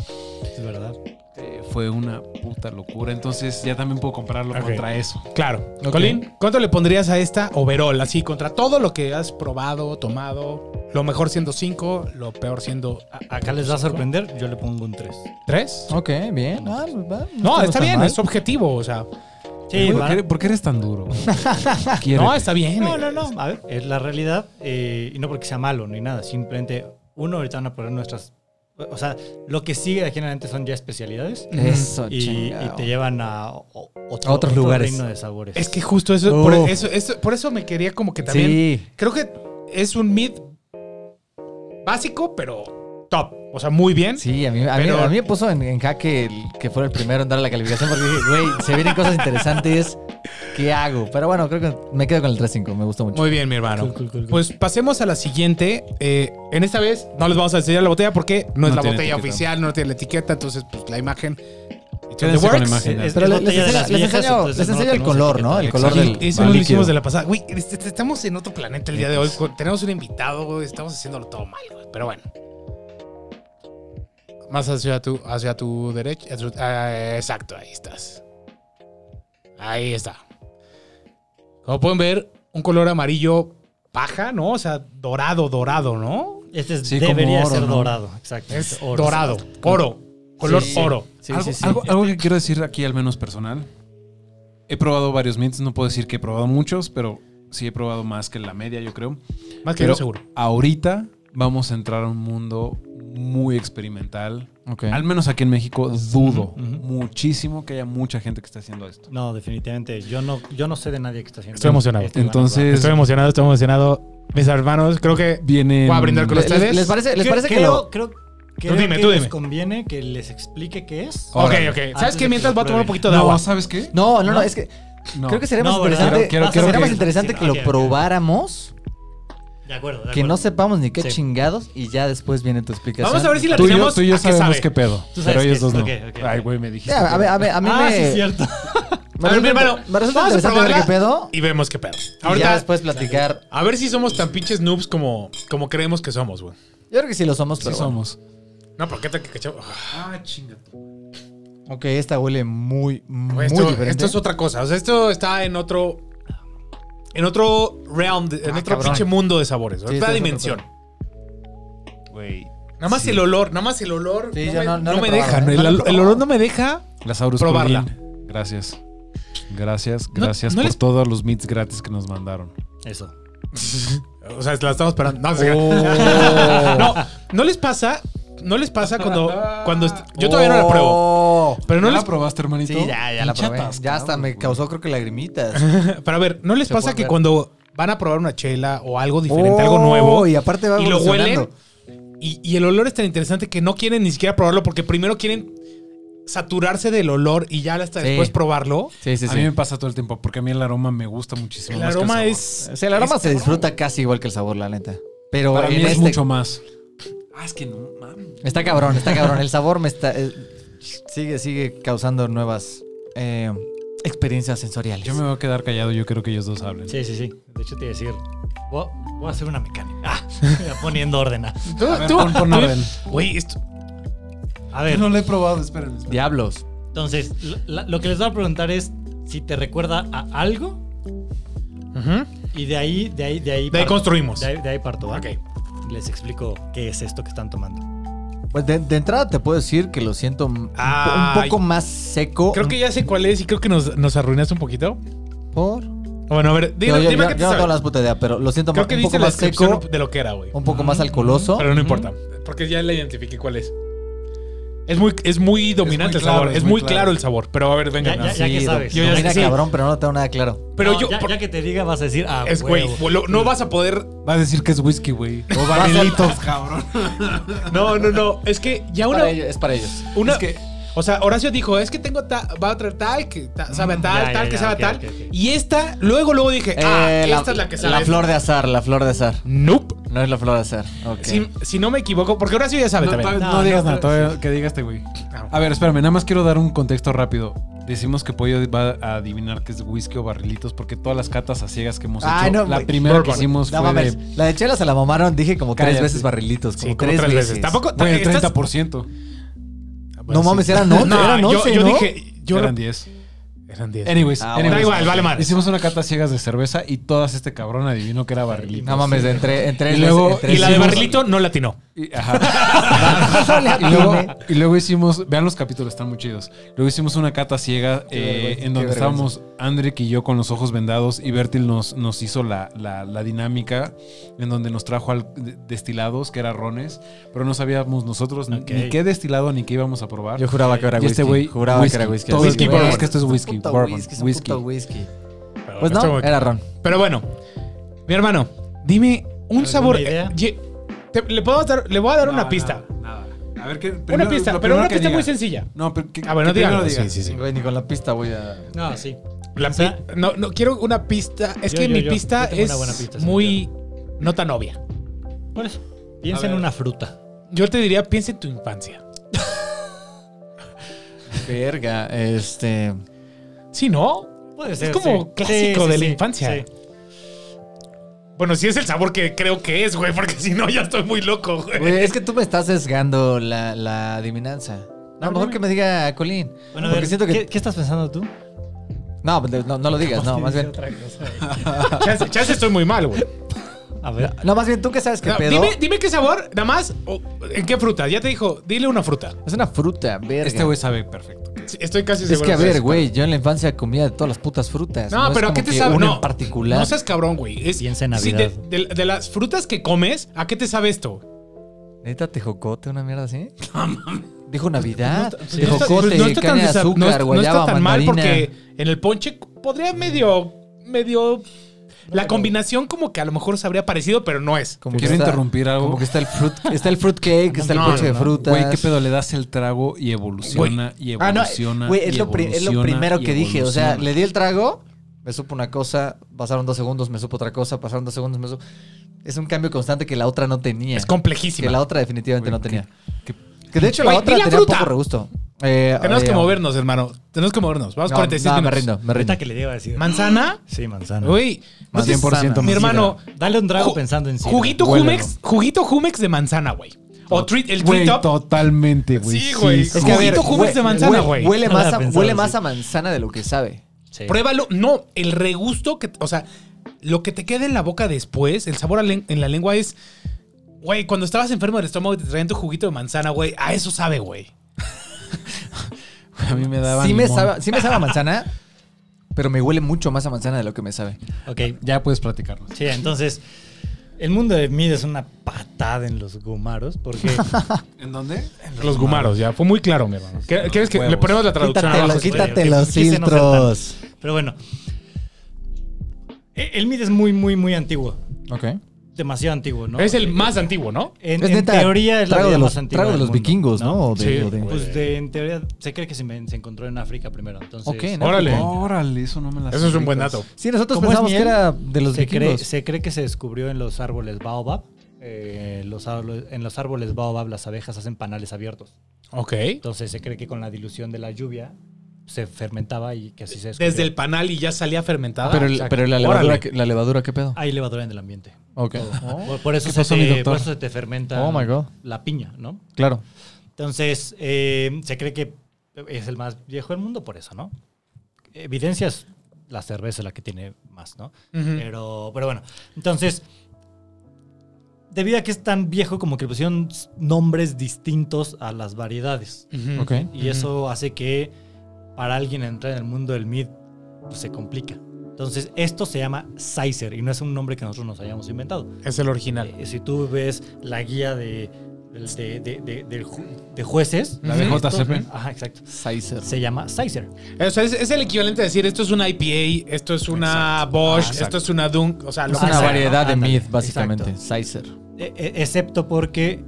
S4: Es verdad.
S2: Eh, fue una puta locura. Entonces, ya también puedo compararlo
S3: Ok.
S2: contra eso.
S3: claro.
S5: Ok.
S3: Colín, ¿cuánto le pondrías a esta overall? Así, contra todo lo que has probado, tomado. Lo mejor siendo 5, lo peor siendo
S4: A- acá les va a sorprender, yo le pongo un 3.
S3: 3.
S5: Ok, bien. Ah, pues va,
S3: No, está
S5: tan
S3: bien,
S5: mal.
S3: es objetivo. O sea,
S4: Sí,
S2: ¿Por,
S4: para-
S2: qué, por qué eres tan duro?
S3: no,
S2: Quiérete.
S3: está bien.
S4: No, no, no. A ver, es la realidad. eh, y no porque sea malo ni nada. Simplemente, uno, ahorita van a poner nuestras. O sea, lo que sigue de aquí en adelante son ya especialidades.
S5: Eso,
S4: Y,
S5: chingado.
S4: y te llevan a, o- o- otro,
S5: A otros
S4: otro
S5: lugares.
S4: reino de sabores.
S3: Es que justo eso, por,
S5: Uf.
S3: eso, eso- por eso me quería como que también
S5: Sí.
S3: Creo que es un mid básico, pero top. O sea, muy bien.
S5: Sí, a mí, a mí-
S3: Pero-
S5: a mí me puso en, en jaque el que fuera el primero en dar la calificación porque dije, güey, se vienen cosas interesantes. ¿Qué hago? Pero bueno, creo que me quedo con el 3-5. Me gustó mucho.
S3: Muy bien, mi hermano.
S4: Cool, cool, cool, cool.
S3: Pues pasemos a la siguiente. Eh, en esta vez no les vamos a enseñar la botella porque no, es
S2: No
S3: la
S2: tiene
S3: botella
S2: etiqueta.
S3: oficial, no tiene la etiqueta, entonces pues la imagen. It's on the
S2: Quédense con la
S3: works.
S2: imagen.
S4: Es- es
S5: Pero le-
S4: botella
S5: les
S4: de
S5: enseño-
S4: las
S5: les
S4: viejas,
S5: enseño-
S4: entonces
S5: les
S4: no
S5: enseño el
S4: tenemos
S5: color, ¿no?
S4: etiqueta.
S5: El color
S4: Exacto.
S5: del-
S3: Sí, eso
S5: va
S3: no lo
S5: líquido.
S3: hicimos de la pasada. Güey, est- est- estamos en otro planeta el día de hoy. con- Tenemos un invitado, güey, estamos haciéndolo todo mal, güey. Pero bueno. Más hacia tu, hacia tu derecha. a tu- ah, exacto, ahí estás. Ahí está. Como pueden ver, un color amarillo paja, ¿no? O sea, dorado, dorado, ¿no?
S4: Este es-
S5: Sí, como
S4: debería
S5: oro,
S4: ser
S5: ¿no?
S4: dorado, exacto.
S3: Es
S4: Oro,
S3: dorado,
S4: exacto.
S3: oro, color
S5: Sí, sí.
S3: oro.
S5: Sí,
S2: algo,
S5: sí, sí.
S2: algo- algo que quiero decir aquí, al menos personal. He probado varios mints, no puedo decir que he probado muchos, pero sí he probado más que la media, yo creo.
S3: Más que
S2: Pero
S3: yo seguro.
S2: ahorita vamos a entrar a un mundo muy experimental.
S5: Ok.
S2: Al menos aquí en México dudo
S4: Ujú, ujú.
S2: muchísimo que haya mucha gente que esté haciendo esto.
S4: No, definitivamente. Yo no, yo no sé de nadie que está haciendo
S3: Estoy emocionado.
S4: este, van a
S2: Entonces-
S3: Estoy emocionado, estoy emocionado. Mis hermanos, creo que Mm,
S2: Vienen...
S3: Voy a brindar con
S5: ¿Les,
S3: los-
S5: les-
S3: ¿Ustedes?
S5: les parece, les
S4: Creo-
S5: parece que
S4: creo,
S5: lo-
S4: creo, creo
S3: dime,
S4: que
S3: tú
S4: les
S3: dime. Oh,
S4: conviene que les explique qué es.
S3: Ok,
S2: Órale.
S3: ok. ¿Sabes
S4: Antes de
S3: qué?
S4: que
S3: Mientras
S4: lo
S3: voy a tomar un
S4: prueben.
S3: poquito de agua.
S2: No, ¿sabes qué?
S5: No, no, no,
S4: ¿No?
S5: es que
S2: No.
S5: creo que sería más
S4: No, ¿verdad?
S5: interesante,
S2: Quiero- quiero- quiero
S5: sería más
S2: que-
S5: interesante
S4: Sí,
S5: que lo
S4: ok, ok.
S5: probáramos,
S4: De acuerdo, de
S5: que no
S4: acuerdo.
S5: sepamos ni qué
S4: Sí.
S5: chingados y ya después viene tu explicación.
S3: Vamos a ver si la
S2: Tú y yo,
S3: tenemos.
S2: tú y yo
S3: ¿a qué
S2: sabemos
S3: sabe?
S2: qué pedo.
S4: sabes
S2: Pero
S4: qué
S2: ellos
S4: es,
S2: dos no.
S4: ok, ok,
S2: Ay,
S4: ok.
S2: güey, me dijiste.
S5: Ya, A ver, a ver, a mí
S4: Ah,
S5: me,
S4: sí, es cierto.
S5: me
S3: A ver, mi
S5: resulta-
S3: hermano,
S5: me resulta
S3: vamos a
S5: interesante ver
S3: probarla
S5: qué pedo.
S3: Y vemos qué pedo.
S5: Y ya
S3: Ahorita,
S5: después platicar.
S3: a ver si somos tan pinches noobs como, como creemos que somos, güey.
S5: Yo creo que sí lo somos,
S2: Sí
S5: pero bueno.
S2: somos.
S3: No, porque te que cachamos.
S2: Ah, chinga.
S5: Ok, esta huele muy, muy
S3: Esto,
S5: diferente.
S3: esto es otra cosa. O sea, esto está en otro. En otro realm, de- en
S5: Ah,
S3: otro
S5: cabrón.
S3: pinche mundo de sabores.
S5: Sí,
S3: otra
S5: esto es
S3: dimensión.
S5: otra
S2: Güey.
S3: Nada más el olor, nada más el olor.
S5: Sí,
S3: no,
S5: yo
S3: me,
S5: no- no lo
S3: no me
S5: he
S3: deja.
S5: probado, ¿eh?
S3: El,
S5: No lo he
S3: el
S5: probado.
S3: olor no me deja.
S2: Las Aurus
S3: Probarla.
S2: Colin. Gracias. Gracias,
S3: No-
S2: gracias
S3: no
S2: por
S3: les-
S2: todos los meets gratis que nos mandaron.
S4: Eso.
S3: O sea, la estamos esperando. No, no se crean. Oh. no, no les pasa. No les pasa cuando. cuando est- yo todavía no la pruebo.
S5: Oh.
S3: Pero no
S2: ¿Ya
S3: les.
S2: la probaste, hermanito?
S5: Sí, ya, ya la
S2: Pinche
S5: probé. Ya
S2: atascado,
S5: hasta me
S2: güey.
S5: causó creo que lagrimitas.
S3: Pero a ver, ¿no les
S5: Se
S3: pasa
S5: puede
S3: que
S5: ver.
S3: cuando van a probar una chela o algo diferente, algo nuevo,
S5: Oh, Y
S3: y,
S5: aparte va
S3: lo huelen?
S5: evolucionando.
S3: Y, y el olor es tan interesante que no quieren ni siquiera probarlo porque primero quieren saturarse del olor y ya hasta
S5: Sí.
S3: después probarlo.
S5: Sí, sí,
S2: A mí
S5: sí.
S2: me pasa todo el tiempo porque a mí el aroma me gusta muchísimo.
S3: El
S2: más que
S3: aroma
S2: sabor.
S3: es.
S5: O sea, el aroma
S3: es
S5: se
S3: cabrón.
S5: disfruta casi igual que el sabor, la neta. Pero
S2: Para mí
S5: en
S2: es
S5: este-
S2: mucho más. Ah, es que no, mames.
S5: Está cabrón, está cabrón. El sabor me está. eh, sigue, sigue causando nuevas eh, experiencias sensoriales.
S2: Yo me voy a quedar callado, yo creo que ellos dos hablen.
S4: Sí, sí, sí. De hecho, te iba a decir, voy, voy a hacer una mecánica. Ah, mira, poniendo orden. ah.
S3: Tú-
S2: A ver,
S3: tú-
S2: pon- pon
S3: tú-
S2: orden.
S3: Güey, esto.
S4: A ver,
S2: lo he probado, espérenme.
S5: Diablos.
S4: entonces, lo, la- lo que les voy a preguntar es si te recuerda a algo y de ahí, de ahí, de ahí.
S3: De ahí
S4: parto.
S3: construimos.
S4: De ahí, de ahí parto, ¿va?
S3: Ok.
S4: Les explico qué es esto que están tomando.
S5: Pues de, de entrada te puedo decir que lo siento un, po- un
S3: Ay.
S5: poco más seco.
S3: Creo que ya sé cuál es y creo que nos, nos arruinaste un poquito.
S5: Por.
S3: Bueno, a ver,
S5: yo,
S3: dime,
S5: yo-
S3: dime
S5: yo-
S3: qué te
S5: yo no
S3: sabe.
S5: tengo la puta idea, pero lo siento
S3: Creo
S5: más,
S3: que
S5: un
S3: dice
S5: poco
S3: la
S5: más seco,
S3: descripción de lo que era, güey.
S5: un poco más alcoholoso.
S3: Pero no importa. Porque ya la identifiqué cuál es. Es muy, es muy dominante
S2: muy claro,
S3: el sabor. Es muy claro. el sabor. Pero a ver, venga.
S4: Ya, ya, ya que sabes.
S3: Yo ya
S5: domina
S3: sé que sí.
S5: cabrón, pero no lo tengo nada claro.
S3: Pero
S4: No,
S3: yo.
S4: Ya,
S3: por-
S4: ya que te diga, vas a decir, ah,
S3: es güey.
S4: huevo.
S3: lo- No vas a poder.
S2: Va a decir que es whisky, güey.
S5: O
S2: cabrón.
S3: No, no, no. Es que ya una.
S5: es para ellos.
S3: una
S2: Es que-
S3: o sea, Horacio dijo: Es que tengo. ta- va a traer tal, que ta- sabe a tal,
S4: ya,
S3: tal,
S4: ya,
S3: que
S4: ya,
S3: sabe a
S4: ok,
S3: tal.
S4: ok, ok.
S3: Y esta, luego, luego dije: Ah,
S5: Eh,
S3: esta es la que sabe.
S5: La flor de azar, la flor de azar.
S3: Nope.
S5: No es la flor de azar. Ok.
S3: Si, si no me equivoco, porque Horacio ya sabe
S2: No,
S3: también.
S2: todavía- no
S4: No,
S2: digas
S4: no,
S2: nada, todavía que diga este güey. A ver, espérame, nada más quiero dar un contexto rápido. Decimos que Pollo va a adivinar que es whisky o barrilitos porque todas las catas a ciegas que hemos hecho,
S5: Ay, no,
S2: la
S5: güey.
S2: primera que
S3: Bourbon.
S2: hicimos
S5: No
S2: fue de
S5: mames, la de chela se la mamaron, dije como
S2: Cállate.
S5: tres veces barrilitos, como,
S3: Sí, como
S5: tres, veces.
S3: Tampoco.
S2: güey, el
S3: estás- Ah,
S2: 30%.
S5: No mames, eran
S3: No,
S5: 11, eran
S3: yo-
S5: 11,
S3: yo,
S5: ¿no?
S3: dije, yo
S2: eran 10.
S3: eran 10.
S2: Anyways,
S5: Ah,
S2: anyways.
S5: bueno.
S3: Da igual, vale madre.
S2: Hicimos una cata a ciegas de cerveza y todas este cabrón adivinó que era barrilito.
S5: No mames, entre, entre
S2: Y luego-
S3: Y la de
S2: Hicimos-
S3: barrilito no la atinó.
S2: Y, ajá. y, luego, y luego hicimos, vean los capítulos, están muy chidos. Luego hicimos una cata ciega
S5: Qué
S2: eh,
S5: vergüenza,
S2: en donde
S5: qué
S2: estábamos Andrick y yo con los ojos vendados y Bertil nos, nos hizo la, la- la dinámica en donde nos trajo al de- destilados, que era rones, pero no sabíamos nosotros ni-
S4: Ok.
S2: ni qué destilado ni qué íbamos a probar.
S5: Yo juraba que era
S2: y
S5: whisky.
S2: este güey
S5: juraba que era whisky.
S2: Todo
S5: así,
S2: el tiempo
S5: güey,
S2: es que esto es
S5: un
S2: whisky,
S5: puto
S2: bourbon,
S5: whisky, es un
S2: whisky.
S5: puto whisky. Pues no, era ron.
S3: Pero bueno, mi hermano, dime un
S4: ¿Alguna
S3: sabor.
S4: idea?
S3: eh, ye- te- le, puedo dar, le voy a dar una
S2: Nada,
S3: pista.
S2: nada, A ver, ¿qué,
S3: Una
S2: primero-
S3: pista,
S2: lo
S3: pero
S2: primero
S3: una
S2: que
S3: pista
S2: diga.
S3: muy sencilla.
S2: No, pero que,
S3: Ah, bueno,
S2: que primero
S3: díganlo.
S2: diga.
S3: Sí, sí, sí.
S5: Güey, ni con la pista voy a.
S4: No, sí.
S3: La
S4: O sea,
S3: pi- no, no, quiero una pista. Es
S4: Yo,
S3: que
S4: yo,
S3: mi
S4: yo.
S3: pista
S4: Yo tengo
S3: es
S4: una buena pista, sí,
S3: muy. No tan obvia.
S4: Por eso. Piensa
S2: A
S4: en
S2: ver.
S4: una fruta.
S3: Yo te diría, piensa en tu infancia.
S5: Verga, este.
S3: Sí, ¿no?
S4: Puede ser.
S3: como
S4: sí.
S3: clásico
S4: Sí, sí,
S3: de la
S4: sí,
S3: infancia.
S4: sí.
S3: Bueno, sí es el sabor que creo que es, güey, porque si no ya estoy muy loco, güey.
S5: Güey, es que tú me estás sesgando la, la adivinanza. No, mejor que me diga Colín.
S4: Bueno, a
S5: porque
S4: ver,
S5: siento que.
S4: ¿qué, qué estás pensando tú?
S5: No, de- no, no lo digas, no, más bien.
S3: Chance, chance estoy muy mal, güey.
S4: A ver.
S5: No, más bien, ¿tú qué sabes qué
S3: No,
S5: pedo?
S3: dime, dime qué sabor, nada más, o, ¿en qué fruta? Ya te dijo, dile una fruta.
S5: Es una fruta, verga.
S2: Este güey sabe perfecto.
S3: Sí, Estoy casi
S5: es
S3: seguro.
S5: que, a
S3: es
S5: ver,
S3: eso.
S5: güey, yo en la infancia comía de todas las putas frutas.
S3: No,
S5: es
S3: pero ¿a
S5: como
S3: qué te
S5: que
S3: sabe?
S5: una
S3: No,
S5: en particular.
S3: no seas cabrón, güey. Es-
S4: Piensa en
S3: sí, de,
S4: Navidad.
S3: de- de las frutas que comes, ¿a qué te sabe esto?
S5: ¿Neta tejocote, una mierda así? Dijo Navidad,
S3: Sí.
S5: tejocote,
S3: Pues no está tan
S5: caña de
S3: desa-
S5: azúcar,
S3: no está- no
S5: guayaba,
S3: está tan mal
S5: mandarina.
S3: porque en el ponche podría medio, medio... La combinación como que a lo mejor sabría parecido, pero no es.
S5: Como
S2: Quiero
S5: que está-
S2: interrumpir algo.
S5: Como que está el fruit, está el fruit cake, está el
S3: No,
S5: ponche
S3: no,
S5: de
S3: no.
S5: frutas.
S2: Güey, ¿qué pedo? Le das el trago y evoluciona y
S5: Ah, no,
S2: evoluciona.
S5: güey, es,
S2: y
S5: lo pri- es lo
S2: evoluciona,
S5: primero
S2: y
S5: que dije. O sea,
S2: evoluciona.
S5: le di el trago, me supo una cosa, pasaron dos segundos, me supo otra cosa, pasaron dos segundos, me supo... Es un cambio constante que la otra no tenía.
S3: Es
S5: que
S3: complejísima.
S5: la otra definitivamente
S2: Güey,
S5: no tenía.
S2: qué-
S5: Que de hecho la
S3: Güey,
S5: otra
S3: di la
S5: tenía
S3: fruta.
S5: poco regusto. Eh,
S3: Tenemos
S5: eh,
S3: que movernos, hermano. Tenemos que movernos. Vamos
S5: no,
S3: 46
S5: no, me
S3: minutos.
S5: rindo, me rindo.
S4: Ahorita que le diga a decir.
S3: Manzana.
S4: Sí, manzana.
S3: Uy, no
S5: Más
S3: sé-
S5: bien por ciento
S3: Mi
S5: más.
S3: hermano,
S4: Dale un trago
S3: Ju-
S4: pensando en sí.
S3: juguito
S5: Huélelo.
S3: Jumex, juguito Jumex de manzana, güey. O treat, el
S2: Güey,
S3: treat up.
S2: totalmente, güey.
S3: Sí, güey.
S5: Es que a ver,
S3: Juguito Jumex
S5: hue-
S3: de manzana,
S5: hue-
S3: güey.
S5: Huele,
S4: No
S5: más,
S4: la
S5: a,
S4: pensaba
S5: huele
S4: así.
S5: más a manzana de lo que sabe.
S4: Sí.
S3: Eh. Pruébalo. No, el regusto que, o sea, lo que te queda en la boca después, el sabor a len- en la lengua es, güey, cuando estabas enfermo del estómago y te traían tu juguito de manzana, güey, a eso sabe, güey.
S2: A mí me daban
S5: Sí me,
S2: limón.
S5: sabe, sí me sabe a manzana, pero me huele mucho más a manzana de lo que me sabe.
S4: Ok,
S2: Ya puedes platicarnos.
S4: Sí, entonces, el mundo de Mid es una patada en los gumaros, porque
S2: ¿En dónde?
S3: Los gumaros, ya. Fue muy claro, mi hermano. ¿Qué- ¿Quieres que le
S2: huevos.
S3: ponemos la traducción
S5: Quítatelo,
S3: abajo?
S4: quítate.
S5: quítate
S4: que-
S5: los
S4: quise no ser
S5: filtros.
S4: pero bueno, e- el Mid es muy, muy, muy antiguo,
S5: Ok.
S4: demasiado antiguo, ¿no? Eh,
S3: Es el más antiguo, ¿no?
S4: en,
S5: Es
S4: en
S5: neta,
S4: teoría es la
S5: trago de
S4: bebida
S5: los,
S4: más antigua
S5: trago de
S4: del
S5: los
S4: mundo,
S5: vikingos, ¿no? O de-
S3: Sí,
S5: o de-
S3: güey.
S4: Pues de, en teoría se cree que se, me- se encontró en África primero, entonces
S5: Ok, ¿no?
S3: Órale.
S2: Órale, eso no me la
S3: Eso es un
S2: sabía.
S3: buen dato.
S5: Sí, nosotros
S4: ¿Cómo es
S5: pensamos que
S4: miel?
S5: era de los
S4: se, cree,
S5: vikingos.
S4: se cree que se descubrió en los árboles baobab. eh, los árboles- en los árboles baobab las abejas hacen panales abiertos.
S3: Ok.
S4: Entonces se cree que con la dilución de la lluvia se fermentaba y que así se descubrió.
S3: Desde el panal y ya salía
S4: ah,
S3: fermentada.
S5: pero, el- pero la, levadura,
S3: Órale.
S5: que- la levadura, ¿qué pedo?
S4: Hay levadura en el ambiente.
S5: Ok.
S4: Por, por eso
S2: ¿Qué
S4: se
S2: pasó,
S4: te-
S2: mi doctor?
S4: por eso se te fermenta
S5: Oh, my God.
S4: la piña, ¿no?
S5: Claro.
S4: Entonces, eh, se cree que es el más viejo del mundo por eso, ¿no? Evidencias, la cerveza es la que tiene más, ¿no?
S3: Ujú.
S4: Pero, pero bueno, entonces, debido a que es tan viejo, como que le pusieron s- nombres distintos a las variedades.
S3: Ujú.
S5: Ok.
S4: Y eso hace que para alguien entrar en el mundo del mid pues, se complica. Entonces, esto se llama Sizer y no es un nombre que nosotros nos hayamos inventado.
S3: Es el original.
S4: Eh, si tú ves la guía de, de, de- de- del ju- de jueces.
S2: La de
S3: Ujú.
S2: JCP.
S4: Ajá, exacto.
S5: Sizer.
S4: Se llama Sizer.
S3: Eh, O sea, es, es el equivalente a decir esto es una IPA, esto es una Bosch, esto es una Dunk. O sea, lo
S5: Es
S3: que
S5: una
S3: sea.
S5: variedad de
S4: Ándale,
S5: mid, básicamente.
S4: exacto.
S5: Sizer.
S4: E- e- excepto porque.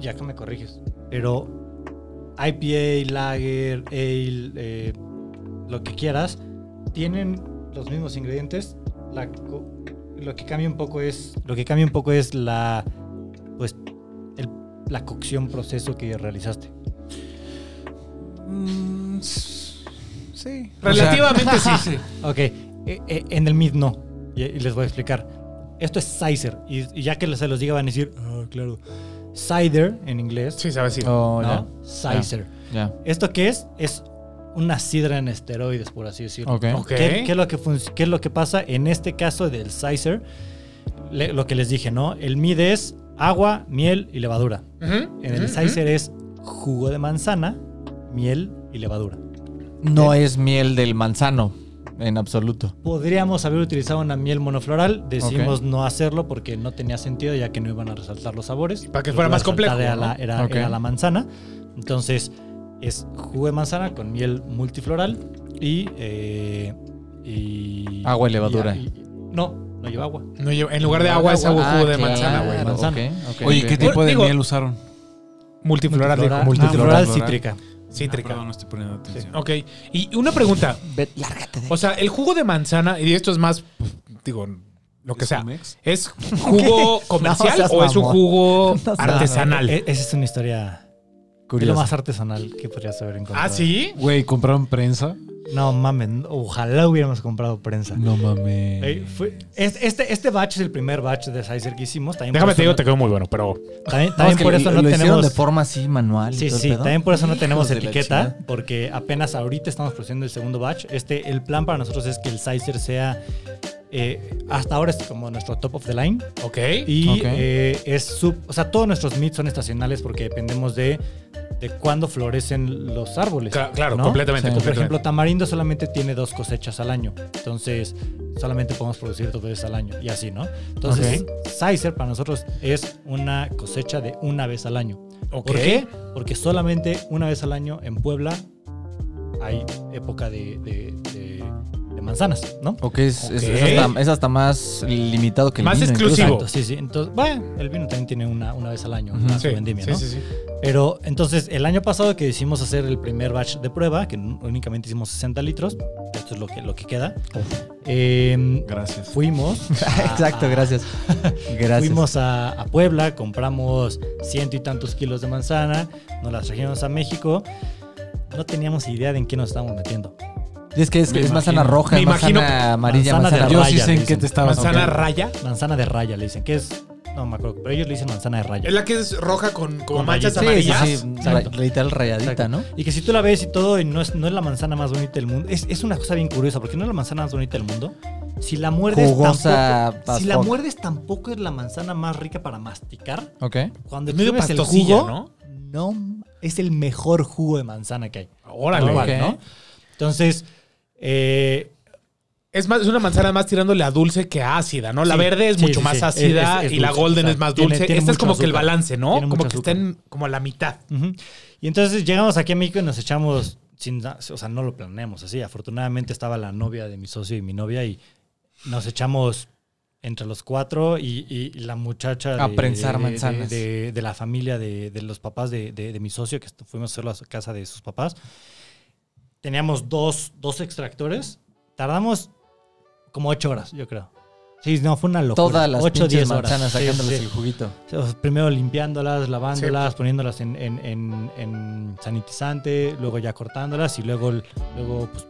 S4: Ya que me corriges. Pero IPA, Lager, Ale, eh, lo que quieras, tienen los mismos ingredientes. La co- lo que cambia un poco es. Lo que cambia un poco es la. Pues. el- la cocción proceso que realizaste.
S2: Mm, s- Sí.
S3: Relativamente sí.
S4: Ok, eh, eh, en el mid no. Y, y les voy a explicar. Esto es Sizer. Y, y ya que se los diga van a decir, "Ah, claro. Cider en inglés.
S3: Sí, sabes, sí.
S5: Oh,
S4: ¿no? Sizer.
S5: ya.
S4: ¿Esto qué es? Es una sidra en esteroides, por así decirlo.
S5: Ok.
S3: Ok.
S4: ¿Qué, qué es lo que func- qué es lo que pasa en este caso del Sizer? Le- lo que les dije, ¿no? El mid es agua, miel y levadura.
S3: Ujú,
S4: En el
S3: ujú,
S4: Sizer es jugo de manzana, miel y levadura.
S5: No es miel del manzano, en absoluto.
S4: Podríamos haber utilizado una miel monofloral, decimos no hacerlo porque no tenía sentido ya que no iban a resaltar los sabores.
S3: para que
S4: Lo
S3: fuera
S4: iba a
S3: más complejo,
S4: resaltar
S3: ¿no?
S4: Era, la, era-
S5: Ok.
S4: era la manzana. Entonces es jugo de manzana con miel multifloral y... eh, y-
S5: Agua y levadura.
S4: y- y- no, no lleva agua.
S3: No lleva- en lugar de agua es agua jugo de
S5: Ah,
S3: manzana,
S5: claro,
S3: güey.
S5: ok, ok,
S2: Oye, ¿qué
S5: ok.
S2: tipo de
S3: Digo-
S2: miel usaron?
S3: Multifloral, dijo,
S5: Multifloral.
S3: multifloral
S4: Multifloral cítrica.
S3: cítrica.
S2: Ah, perdón, no estoy poniendo
S3: Sí,
S2: atención.
S3: ok. Y una pregunta.
S5: Ve, lárgate de
S3: O sea, el jugo de manzana, y esto es más, pf, digo, lo que
S2: ¿Es un
S3: sea.
S2: mix?
S3: ¿Es jugo comercial
S5: seas
S3: o es un
S5: mamón.
S3: jugo
S5: No seas
S3: artesanal? Eh,
S4: E- Esa es una historia de lo más artesanal que podrías haber encontrado.
S3: ah, sí.
S2: Güey, ¿compraron prensa?
S4: No mames, ojalá hubiéramos comprado prensa.
S2: No mames.
S4: Ey, fue- es- este, este batch es el primer batch de Sizer que hicimos. También por
S3: Déjame
S4: eso
S3: te digo,
S4: no-
S3: te quedó muy bueno, pero
S4: También,
S5: No, es
S4: también
S5: que
S4: por
S5: lo-
S4: eso
S5: lo
S4: no
S5: hicieron
S4: tenemos.
S5: de forma así manual. y
S4: Sí,
S5: todo el
S4: sí,
S5: pedo.
S4: también por eso no
S5: Hijos
S4: tenemos
S5: de la
S4: etiqueta,
S5: chingada.
S4: porque apenas ahorita estamos produciendo el segundo batch. Este, el plan para nosotros es que el Sizer sea, eh, hasta ahora es como nuestro top of the line.
S3: ok.
S4: Y
S2: Ok.
S4: eh, es sub, o sea, todos nuestros meets son estacionales porque dependemos de, de cuándo florecen los árboles.
S3: Cla- claro,
S4: ¿no?
S3: completamente,
S2: Sí.
S4: Por
S3: completamente.
S4: ejemplo, tamarindo solamente tiene dos cosechas al año. Entonces, solamente podemos producir dos veces al año y así, ¿no? Entonces, Sizer para nosotros es una cosecha de una vez al año.
S3: Ok.
S4: ¿Por qué? Porque solamente una vez al año en Puebla hay época de, de- de- de manzanas, ¿no?
S5: Ok, es, es- es
S3: Ok.
S5: hasta, es hasta más limitado que el
S3: Más
S5: vino, incluso.
S3: exclusivo.
S4: Exacto, sí, sí. Entonces, bueno, el vino también tiene una, una vez al año,
S5: Ujú.
S4: una
S3: Sí,
S4: vendimia,
S3: sí,
S4: Ah, ¿no?
S3: sí, sí.
S4: Pero entonces, el año pasado que decidimos hacer el primer batch de prueba, que únicamente hicimos 60 litros, esto es lo que, lo que queda,
S3: Oh.
S4: eh,
S2: Gracias.
S4: fuimos. a-
S5: Exacto,
S4: a-
S5: gracias. Gracias.
S4: Fuimos a, a Puebla, compramos ciento y tantos kilos de manzana, nos las trajimos a México. No teníamos idea de en qué nos estábamos metiendo.
S5: Y es que es,
S2: Me
S5: es manzana
S2: imagino-
S5: roja,
S3: me
S5: es manzana
S3: imagino
S5: amarilla,
S4: manzana
S5: manzana,
S4: de
S2: Yo
S5: roja.
S2: sí
S4: raya,
S2: sé en
S4: dicen.
S2: qué te estabas.
S3: Manzana
S2: ok.
S3: raya.
S4: Manzana de raya, le dicen, que es. No me acuerdo, pero ellos le dicen manzana de raya.
S3: Es la que es roja con, como
S4: Con
S3: manchas
S4: rayitas.
S5: Sí, sí,
S3: amarillas.
S5: sí, ra-
S4: Exacto.
S5: literal rayadita,
S4: Exacto.
S5: ¿no?
S4: Y que si tú la ves y todo, y no es, no es la manzana más bonita del mundo. Es, es una cosa bien curiosa, porque no es la manzana más bonita del mundo. Si la muerdes
S5: Jugosa,
S4: tampoco,
S5: as
S4: Si la
S5: fuck.
S4: muerdes tampoco es la manzana más rica para masticar.
S5: Ok.
S4: Cuando
S3: Es medio
S4: exhibes el
S3: pastosilla,
S4: jugo,
S3: ¿no?
S4: no es el mejor jugo de manzana que hay.
S3: Órale.
S5: Ok.
S4: Normal, ¿no? Entonces, eh,
S3: Es, más, es una manzana más tirándole a dulce que a ácida, ¿no? La
S4: Sí,
S3: verde es
S4: sí,
S3: mucho
S4: sí,
S3: más
S4: sí.
S3: ácida
S4: Es- es- es
S3: y la
S4: dulce,
S3: golden
S4: exacto.
S3: es más
S4: Tiene-
S3: dulce.
S4: tiene
S3: Esta es
S4: mucho
S3: como que el
S4: azúcar.
S3: balance, ¿no?
S4: Tiene
S3: Como
S4: mucho
S3: que
S4: azúcar.
S3: estén como a la mitad.
S4: ujú. y entonces llegamos aquí a México y nos echamos, sin, na- o sea, no lo planeamos así. Afortunadamente estaba la novia de mi socio y mi novia y nos echamos entre los cuatro y, y la muchacha
S5: A prensar manzanas.
S4: De, de- de la familia de, de los papás de, de- de mi socio, que estu- fuimos a hacerlo a su casa de sus papás. Teníamos dos, dos extractores. Tardamos como ocho horas, yo creo. Sí, no, fue una locura.
S5: Todas las
S4: Ocho,
S5: pinches
S4: diez horas.
S5: manzanas
S4: Sí,
S5: sacándoles
S4: sí.
S5: el juguito.
S4: O sea, Primero limpiándolas, lavándolas, poniéndolas en, en- en- en sanitizante, luego ya cortándolas y luego, luego pues,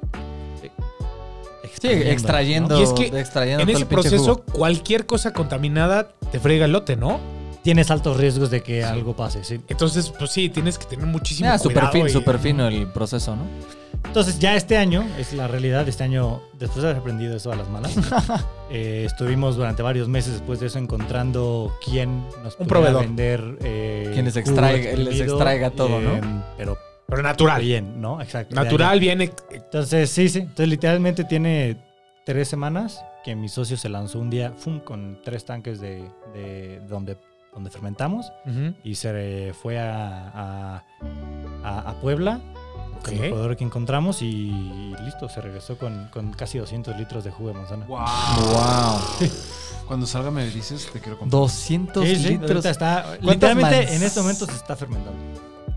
S4: eh,
S5: Sí,
S4: extrayendo,
S5: extrayendo,
S3: ¿no? Y es que
S5: extrayendo
S3: En
S5: todo
S3: ese
S5: el pinche
S3: proceso,
S5: jugo.
S3: cualquier cosa contaminada te frega el lote, ¿no?
S4: ¿no? Tienes altos riesgos de que algo pase, sí.
S3: Entonces, pues sí, tienes que tener muchísimo
S5: Ah,
S3: cuidado.
S5: súper fino,
S3: y-
S5: súper fino el proceso, ¿no?
S4: Entonces ya este año, es la realidad, este año, después de haber aprendido eso a las malas, eh, estuvimos durante varios meses después de eso encontrando quién nos
S3: Un
S4: pudiera
S3: proveedor.
S4: vender. eh,
S5: Quien les
S4: jugo
S5: extraiga- les
S4: exprimido, eh,
S5: extraiga todo, ¿no?
S4: Pero ah,
S3: Pero natural.
S4: bien, ¿no? Exacto. de allá.
S3: Natural, eh, bien. ex-
S4: Entonces, sí, sí. Entonces, literalmente tiene tres semanas que mi socio se lanzó un día fum, con tres tanques de, de donde, donde fermentamos
S3: Ujú.
S4: y se eh, fue a, a, a- a Puebla con el
S3: Ok.
S4: proveedor que encontramos y listo, se regresó con, con casi 200 litros de jugo de manzana.
S2: Wow.
S5: Wow.
S2: Cuando salga me dices, te quiero comprar.
S5: 200
S4: Sí, sí,
S5: litros.
S4: ahorita está,
S5: ¿Cuántas
S4: literalmente
S5: manz-
S4: en este momento se está fermentando.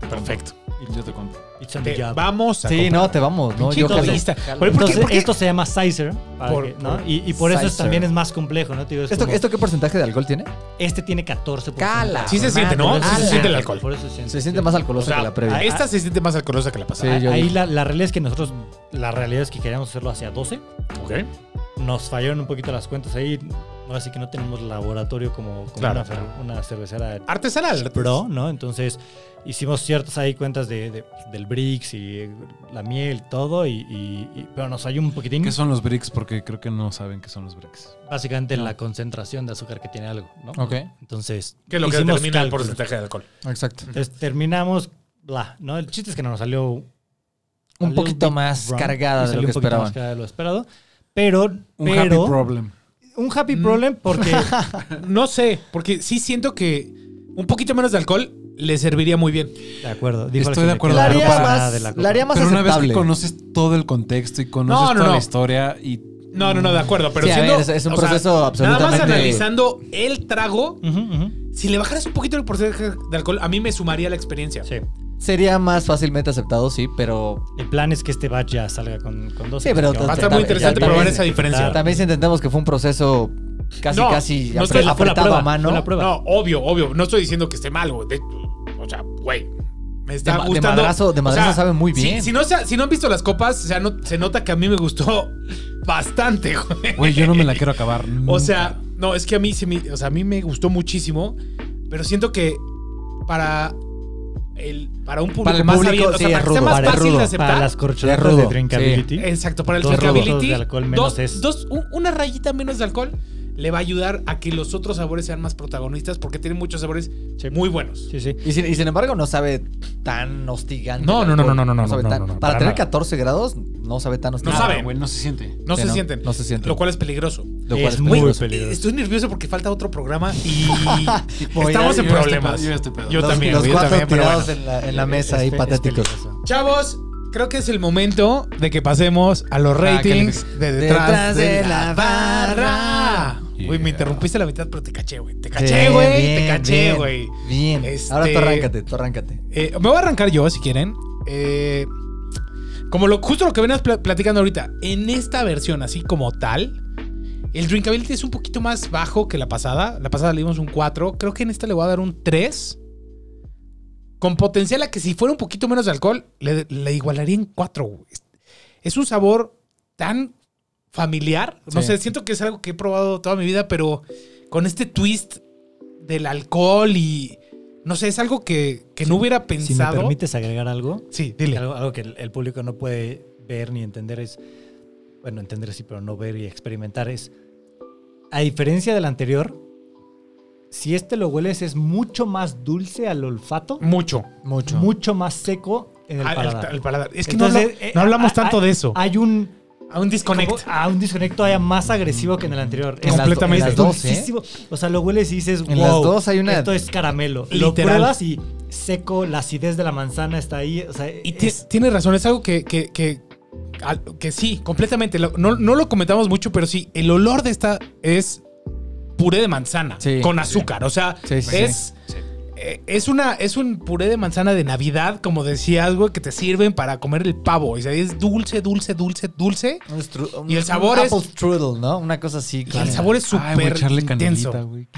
S3: Perfecto.
S2: Yo te compro.
S4: It's on the
S3: Te
S4: job.
S3: vamos a
S5: Sí, no, te vamos, ¿no?
S3: Pinche
S5: Yo jalo.
S3: egoísta.
S5: Jalo.
S3: Oye, ¿por qué?
S4: Entonces,
S3: ¿Por qué?
S4: esto se llama Sizer, para
S3: Por-
S4: que- ¿no?
S3: por-
S4: y, y por eso es-
S5: Sizer.
S4: también es más complejo, ¿no? Te digo, es
S5: ¿Esto,
S4: como-
S5: ¿Esto qué porcentaje de alcohol tiene?
S4: Este tiene 14%.
S5: Cala.
S3: Sí se siente, ¿no? Sí se
S5: Ala.
S3: siente el alcohol.
S4: Ah, Por eso se siente. Ah,
S5: Se siente más alcoholosa
S3: O sea,
S5: que la previa.
S3: a esta se siente más alcoholosa que la pasada.
S5: Sí, yo
S4: Ahí
S5: digo.
S4: la, la realidad es que nosotros, la realidad es que queríamos hacerlo hacia 12.
S3: Ok.
S4: Nos fallaron un poquito las cuentas ahí. Ahora sí que no tenemos laboratorio como, como
S3: Claro, Ah, pues.
S4: una, fer- una cervecera
S3: Artesanal.
S4: pro, ¿no? Entonces hicimos ciertas ahí cuentas de, de- del Brix y eh, la miel, todo. Y, y- y- pero nos falló un poquitín.
S2: ¿Qué son los bricks? Porque creo que no saben qué son los bricks.
S4: Básicamente la concentración de azúcar que tiene algo, ¿no?
S5: Ok,
S4: Entonces,
S3: Que es lo que
S4: hicimos
S3: determina el
S4: cálculos.
S3: porcentaje de alcohol.
S5: exacto.
S4: Entonces, terminamos, bla, ¿no? El chiste es que no nos salió A
S5: Un
S4: little
S5: poquito
S4: bit
S5: más
S4: wrong.
S5: cargada
S4: Y salió
S5: de lo que
S4: un poquito
S5: esperaban.
S4: más cargada de lo esperado. Pero,
S2: Un
S4: pero-
S2: happy Mm. problem.
S4: un happy problem porque
S3: No sé, porque sí siento que un poquito menos de alcool le serviría muy bien.
S4: de acuerdo,
S2: dijo Estoy de acuerdo,
S4: Alejandro, que
S5: La
S2: pero
S4: no
S5: haría,
S4: pasa
S2: para-
S4: nada de la
S5: más,
S4: copa.
S5: la haría más
S2: Pero una vez que
S5: aceptable.
S2: conoces todo el contexto y conoces
S3: No, no,
S2: toda
S3: no.
S2: la historia y
S3: No, no, no, de acuerdo. Pero
S5: Sí, a
S3: siendo-
S5: ver, es- es un
S3: o sea,
S5: proceso
S3: Nada más
S5: absolutamente-
S3: analizando el trago,
S4: Ujú, ujú.
S3: Si le bajaras un poquito el porcentaje de alcohol, a mí me sumaría la experiencia.
S4: Sí.
S5: Sería más fácilmente aceptado, sí, pero
S4: El plan es que este batch ya salga con, con dos.
S5: Sí, pero
S4: Que
S5: te-
S3: Va a
S4: vamos
S3: estar
S5: También-
S3: muy interesante
S5: también-
S3: probar esa diferencia.
S4: Claro.
S5: también si entendemos que fue un proceso casi,
S3: No,
S5: casi
S3: no
S5: apre-
S3: estoy- fue la
S5: apretado
S4: prueba,
S5: a mano.
S4: fue la prueba.
S3: No, obvio, obvio. No estoy diciendo que esté mal, güey. De- o sea, güey. Me está
S5: De ma- de
S3: gustando.
S5: madrazo- de madrazo sabe muy bien.
S3: Si, si no, se- si no han visto las copas, o sea, no- se nota que a mí me gustó bastante, güey.
S2: Güey, yo no me la quiero acabar.
S5: Mm.
S3: O sea, no, es que a mí, se me- o sea, a mí me gustó muchísimo, pero siento que para el para un público
S5: Para el
S3: más
S5: público,
S3: abierto, o sea,
S5: sí,
S3: para
S5: es
S3: que sea
S5: rudo.
S3: más
S5: Para el
S3: fácil
S5: rudo,
S3: de
S5: para
S3: aceptar.
S4: Para las
S5: De
S4: corcholatas
S5: rudo,
S4: de drinkability.
S3: Exacto, para el
S4: Dos
S3: drinkability,
S4: rudos de alcohol, menos
S3: dos,
S4: es.
S3: dos- un- una rayita menos de alcohol le va a ayudar a que los otros sabores sean más protagonistas porque tienen muchos sabores
S4: Sí.
S3: muy buenos.
S4: Sí, sí.
S5: Y sin, y sin embargo, no sabe tan hostigante.
S3: No,
S5: el
S3: no, no,
S5: alcohol.
S3: no, no, no,
S5: sabe
S3: no,
S5: tan-
S3: no, no, para
S5: para tener
S3: nada.
S5: 14 grados, no sabe tan
S3: No
S5: hostigante.
S3: sabe.
S2: güey, no se siente.
S3: No
S5: Sí,
S3: se
S5: no,
S3: sienten,
S5: no se sienten.
S3: lo cual es peligroso.
S5: Lo cual
S4: Es
S5: es
S4: muy
S5: muy.
S3: Güey,
S4: peligroso.
S3: Estoy nervioso porque falta otro programa y estamos
S5: Voy
S3: en
S5: a-
S2: yo ya estoy
S3: problemas.
S2: pedo, yo ya estoy pedo.
S3: Yo
S5: los,
S3: también,
S5: los
S3: güey, yo
S5: cuatro
S3: también, pero
S5: tirados
S3: bueno.
S5: en la, en la
S4: Es-
S5: mesa
S4: es
S5: ahí
S4: pe- es
S5: patéticos.
S4: peligroso.
S3: Chavos, creo que es el momento de que pasemos a los
S1: Ah, que
S3: ratings de detrás, de, la barra.
S2: Yeah.
S3: Uy, me interrumpiste a la mitad, pero te caché, güey. Te caché, güey. te caché, güey.
S5: Bien.
S3: Este-
S5: Ahora tú arráncate, tú arráncate.
S3: Eh, me voy a arrancar yo, si quieren. Eh, como lo, justo lo que venías pla- platicando ahorita, en esta versión, así como tal, el drinkability es un poquito más bajo que la pasada. La pasada le dimos un 4. Creo que en esta le voy a dar un 3. Con potencial a que si fuera un poquito menos de alcohol, le, le igualaría en 4. güey. Es un sabor tan familiar. No
S5: Sí.
S3: sé, siento que es algo que he probado toda mi vida, pero con este twist del alcohol y... No sé, es algo que, que no hubiera
S4: Si me
S3: pensado.
S4: permites agregar algo.
S3: sí, dile.
S4: Algo, algo que el, el público no puede ver ni entender es, bueno, entender sí, pero no ver y experimentar es, a diferencia del anterior, si este lo hueles es mucho más dulce al olfato,
S3: Mucho.
S5: Mucho.
S4: mucho más seco en el
S3: Ah, el
S4: paladar.
S3: ta- el paladar. Es que no,
S4: Entonces,
S3: habla-
S4: eh,
S3: no hablamos
S4: ah,
S3: tanto
S4: ah,
S3: de eso.
S4: Hay un
S3: A un disconnect.
S4: como- ah, un disconecto todavía más agresivo que en el anterior.
S5: En
S4: Es
S5: las do-
S3: completamente.
S5: en las dos, ¿eh?
S4: dulcísimo. O sea, lo hueles y dices,
S5: En
S4: wow,
S5: las dos hay una-
S4: esto es caramelo. Lo
S3: Literal.
S4: pruebas y seco, la acidez de la manzana está ahí. O sea,
S3: y ti-
S4: es-
S3: tienes razón, es algo que, que, que, al- que sí, completamente. Lo- No, no lo comentamos mucho, pero sí, el olor de esta es puré de manzana
S5: Sí.
S3: con azúcar. O sea,
S5: Sí, sí,
S3: es. eh, Es, una, es un puré de manzana de Navidad, como decía algo que te sirven para comer el pavo. O sea, es dulce, dulce, dulce, dulce.
S5: Un stru- un-
S3: Y el sabor
S5: un
S3: es-
S5: Apple strudel, ¿no? Una cosa así.
S3: Y el sabor es
S2: Ay, güey,
S3: súper
S2: echarle
S3: intenso.
S2: canelita, güey.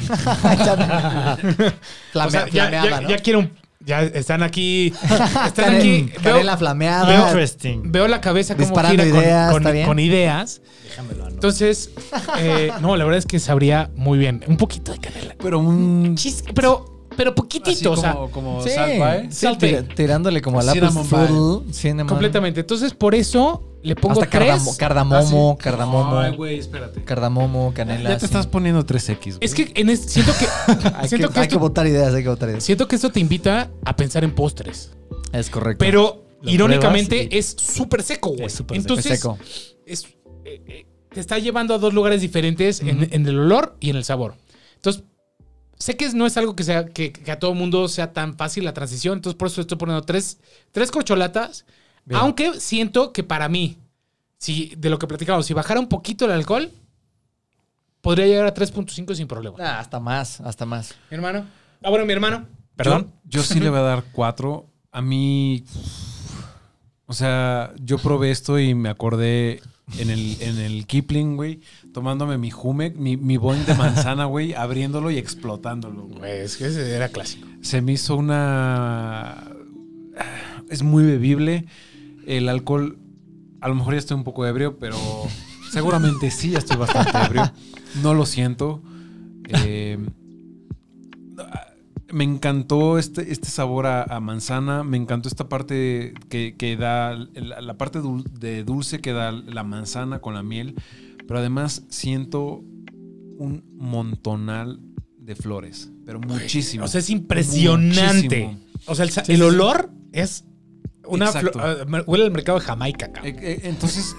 S5: Flame-
S3: O sea, ya,
S5: flameada,
S3: ya-
S5: ¿no?
S3: ya quiero un- Ya están aquí. Están
S5: Canel-
S3: aquí. Veo,
S5: Canela flameada.
S4: interesting.
S3: veo la cabeza como
S5: Disparando
S3: gira con-
S5: ideas,
S3: con,
S5: ¿está bien?
S3: con ideas.
S4: Déjamelo, ¿no?
S3: Entonces, eh, no, la verdad es que sabría muy bien. Un poquito de canela.
S2: Pero un
S3: Chis- pero, pero poquitito, o sea,
S2: como
S5: Sí,
S2: salt bae.
S5: sí,
S3: Salte.
S5: tira- tirándole como al Apple
S2: Cinnamon
S5: strudel. cinnamon.
S3: completamente. Entonces, por eso le pongo
S5: Hasta
S3: tres.
S5: cardamo- cardamomo, cardamomo,
S2: Ay, güey, espérate.
S5: cardamomo, canela.
S2: Ya te
S5: sí.
S2: estás poniendo 3X. güey.
S3: Es que en es- siento que
S5: Hay,
S3: siento
S5: que,
S3: que
S5: hay que
S3: esto,
S5: botar ideas, hay que botar ideas.
S3: siento que esto te invita a pensar en postres,
S5: Es correcto.
S3: pero
S4: Lo
S3: irónicamente
S4: pruebas y-
S3: es súper seco, güey.
S4: Es súper seco.
S5: Es
S3: Entonces,
S5: seco.
S3: es- eh, eh, te está llevando a dos lugares diferentes en- en, el olor y en el sabor. Entonces, sé que es- no es algo que, sea, que, que a todo mundo sea tan fácil la transición, entonces por eso estoy poniendo tres, tres corcholatas,
S5: Bien.
S3: aunque siento que para mí, si, de lo que platicamos, si bajara un poquito el alcohol, podría llegar a 3.5 sin problema.
S5: Ah, hasta más, hasta más.
S3: Mi hermano. Ah, bueno, mi hermano. Perdón.
S2: Yo, yo sí le voy a dar cuatro. A mí. O sea, yo probé esto y me acordé en el, en el Kipling, güey, tomándome mi Jumek, mi, mi boing de manzana, güey, abriéndolo y explotándolo, güey.
S3: Güey, es que ese era clásico.
S2: Se me hizo una. Es muy bebible. El alcohol. A lo mejor ya estoy un poco ebrio, pero seguramente sí, ya estoy bastante ebrio. No lo siento. Eh, me encantó este, este sabor a, a manzana. Me encantó esta parte que, que da. La, la parte dul- de dulce que da la manzana con la miel. Pero además siento un montonal de flores. Pero muchísimo.
S3: O sea, es impresionante.
S2: Muchísimo.
S3: O sea, el, sa-
S2: Sí,
S3: el
S2: sí, sí.
S3: olor es una
S2: Exacto.
S3: flor- ah, mer- huele al mercado de Jamaica, cabrón.
S2: Eh, eh, Entonces,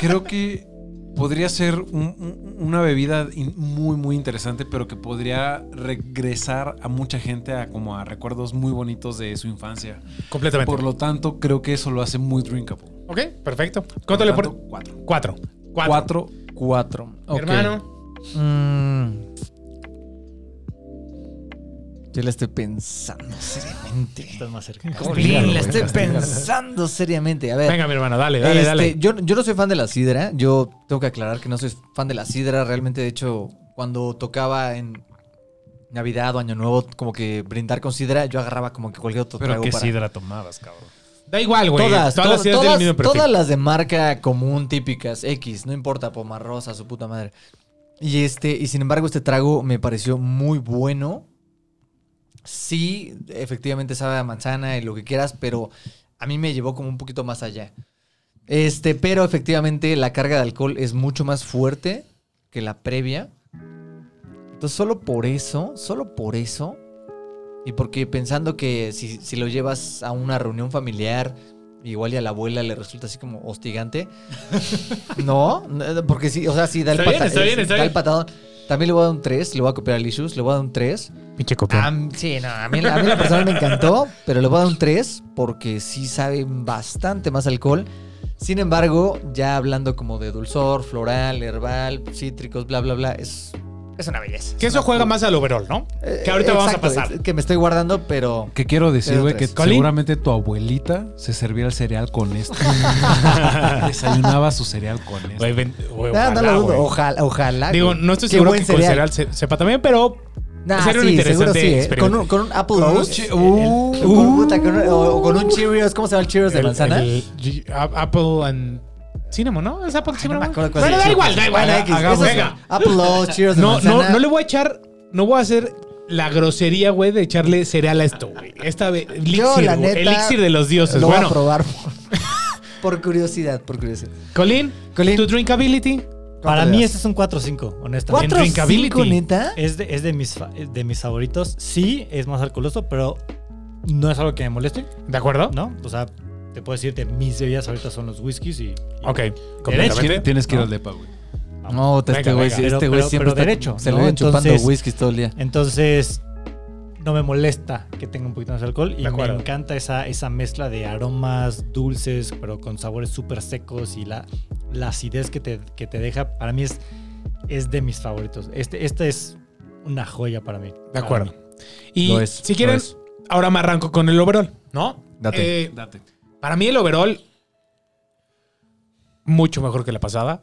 S2: creo que podría ser un- un- una bebida in- muy, muy interesante, pero que podría regresar a mucha gente a como a recuerdos muy bonitos de su infancia.
S5: Eh,
S3: Completamente.
S2: Por lo tanto, creo que eso lo hace muy drinkable.
S3: ok, perfecto.
S2: Por
S3: Cuánto le
S2: lo
S3: por
S2: tanto, Cuatro.
S3: Cuatro. Cuatro.
S2: Cuatro.
S5: Cuatro.
S3: Mi Hermano.
S5: Mm. Yo la estoy pensando seriamente.
S4: Estás más cerca.
S5: Jolín, la estoy pensando seriamente. A ver.
S3: Venga, mi hermano, dale, dale,
S5: Este,
S3: dale.
S5: Yo, yo no soy fan de la sidra. Yo tengo que aclarar que no soy fan de la sidra. Realmente, de hecho, cuando tocaba en Navidad o Año Nuevo, como que brindar con sidra, yo agarraba como que cualquier otro
S2: Pero
S5: trago
S2: qué
S5: para...
S2: sidra tomabas, cabrón.
S3: Da igual, güey. todas
S5: Todas, todas,
S3: las ideas
S5: todas,
S3: del mismo perfil.
S5: todas las de marca común, típicas, X, no importa, pomarrosa, su puta madre. Y este, y sin embargo, este trago me pareció muy bueno. Sí, efectivamente sabe a manzana y lo que quieras, pero a mí me llevó como un poquito más allá. Este, pero efectivamente la carga de alcohol es mucho más fuerte que la previa. Entonces, solo por eso, solo por eso, y porque pensando que si, si lo llevas a una reunión familiar, igual y a la abuela le resulta así como hostigante. no, no, porque sí, o sea, sí da el,
S3: Está bien,
S5: pata-
S3: está bien, está
S5: da el
S3: bien.
S5: patadón. También le voy a dar un 3, le voy a copiar al Issues, le voy a dar un 3.
S3: Pinche
S5: A mí- sí, no, a mí, a mí la persona me encantó, pero le voy a dar un 3 porque sí sabe bastante más alcohol. Sin embargo, ya hablando como de dulzor, floral, herbal, cítricos, bla, bla, bla, es, es una belleza.
S3: Que eso juega más al overall, ¿no?
S5: Eh,
S3: Que ahorita vamos a
S5: exacto,
S3: pasar.
S5: es- Que me estoy guardando, pero...
S2: Que quiero decir,
S5: Pero
S2: güey, que
S5: tres.
S3: Colín.
S2: seguramente tu abuelita se servía el cereal con esto. Desayunaba su cereal con este. esto.
S3: Güey, ven- güey,
S5: Ah, no
S3: ojalá,
S5: lo dudo,
S3: güey.
S5: ojalá, ojalá.
S3: Digo,
S5: güey.
S3: no estoy
S5: Qué
S3: seguro
S5: buen
S3: que con
S5: cereal.
S3: cereal se- sepa también, pero
S5: Nah,
S3: sería un
S5: sí, seguro
S3: interesante
S5: sí, ¿eh? Con
S3: experimento.
S5: un, con un Apple
S2: Con un
S5: Oats,
S2: chi-
S5: el-
S2: Uh,
S5: con puta, con un- o, o con un Cheerios, ¿cómo se llama el Cheerios de
S3: el-
S5: manzana?
S3: el G- a- Apple and Cinnamon, ¿no? Es Apple
S5: Ay, no
S3: Cinnamon.
S5: me acuerdo cuál
S3: bueno,
S5: es el
S3: da igual,
S5: Cheerios.
S3: da igual.
S5: Bueno, X,
S3: hagamos,
S5: esos-
S3: venga.
S5: Apple Oats, Cheerios de
S3: No, no,
S5: manzana.
S3: no le voy a echar, no voy a hacer la grosería, güey, de echarle cereal a esto, güey. Esta vez, elixir,
S5: Yo, la
S3: güey,
S5: neta,
S3: elixir de los dioses.
S5: Pues Lo voy a
S3: Bueno,
S5: probar por, por curiosidad, por curiosidad.
S3: Colin,
S5: Colin.
S3: tu drinkability.
S4: Para
S5: ¿Cuánto le
S4: mí
S5: das?
S4: este es un 4-5, honestamente.
S5: ¿Cuatro,
S3: drinkability.
S5: cinco, neta?
S4: Es de, es de mis, fa- de mis favoritos. Sí, es más alcoholoso, pero no es algo que me moleste,
S3: ¿De acuerdo?
S4: ¿no? O sea, te puedo decir que mis bebidas ahorita son los whiskies y. y-
S3: Ok,
S2: Tienes que-
S3: completamente.
S2: Tienes que ir al depa, güey.
S5: No,
S3: Venga,
S5: este güey
S3: venga.
S5: sí,
S4: Pero-
S5: este güey
S4: pero-
S5: siempre
S4: pero
S5: está-
S4: derecho,
S5: se le
S4: ¿no?
S5: ve chupando
S4: Entonces-
S5: whiskies todo el día.
S4: Entonces, no me molesta que tenga un poquito más de alcohol y
S3: De
S4: me
S3: acuerdo.
S4: encanta esa, esa mezcla de aromas dulces, pero con sabores súper secos y la, la acidez que te, que te deja. Para mí es, es de mis favoritos. Este, este es una joya para mí.
S3: De
S4: Para
S3: acuerdo.
S4: mí.
S3: Y
S5: Lo es,
S3: si
S5: lo
S3: quieren,
S5: es.
S3: ahora me arranco con el overall, ¿no?
S5: Date.
S3: Eh, Para mí el overall, mucho mejor que la pasada.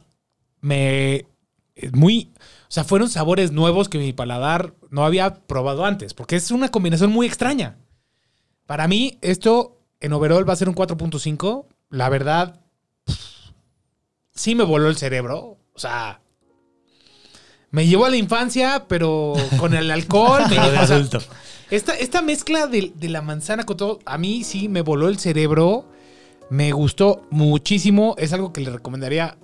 S3: Me... es Muy... O sea, fueron sabores nuevos que mi paladar no había probado antes, porque es una combinación muy extraña. Para mí, esto en overall va a ser un 4.5. La verdad, sí me voló el cerebro. O sea, me llevó a la infancia, pero con el alcohol. me llevó- o sea, esta, esta mezcla de, de la manzana con todo, a mí sí me voló el cerebro. Me gustó muchísimo. Es algo que le recomendaría.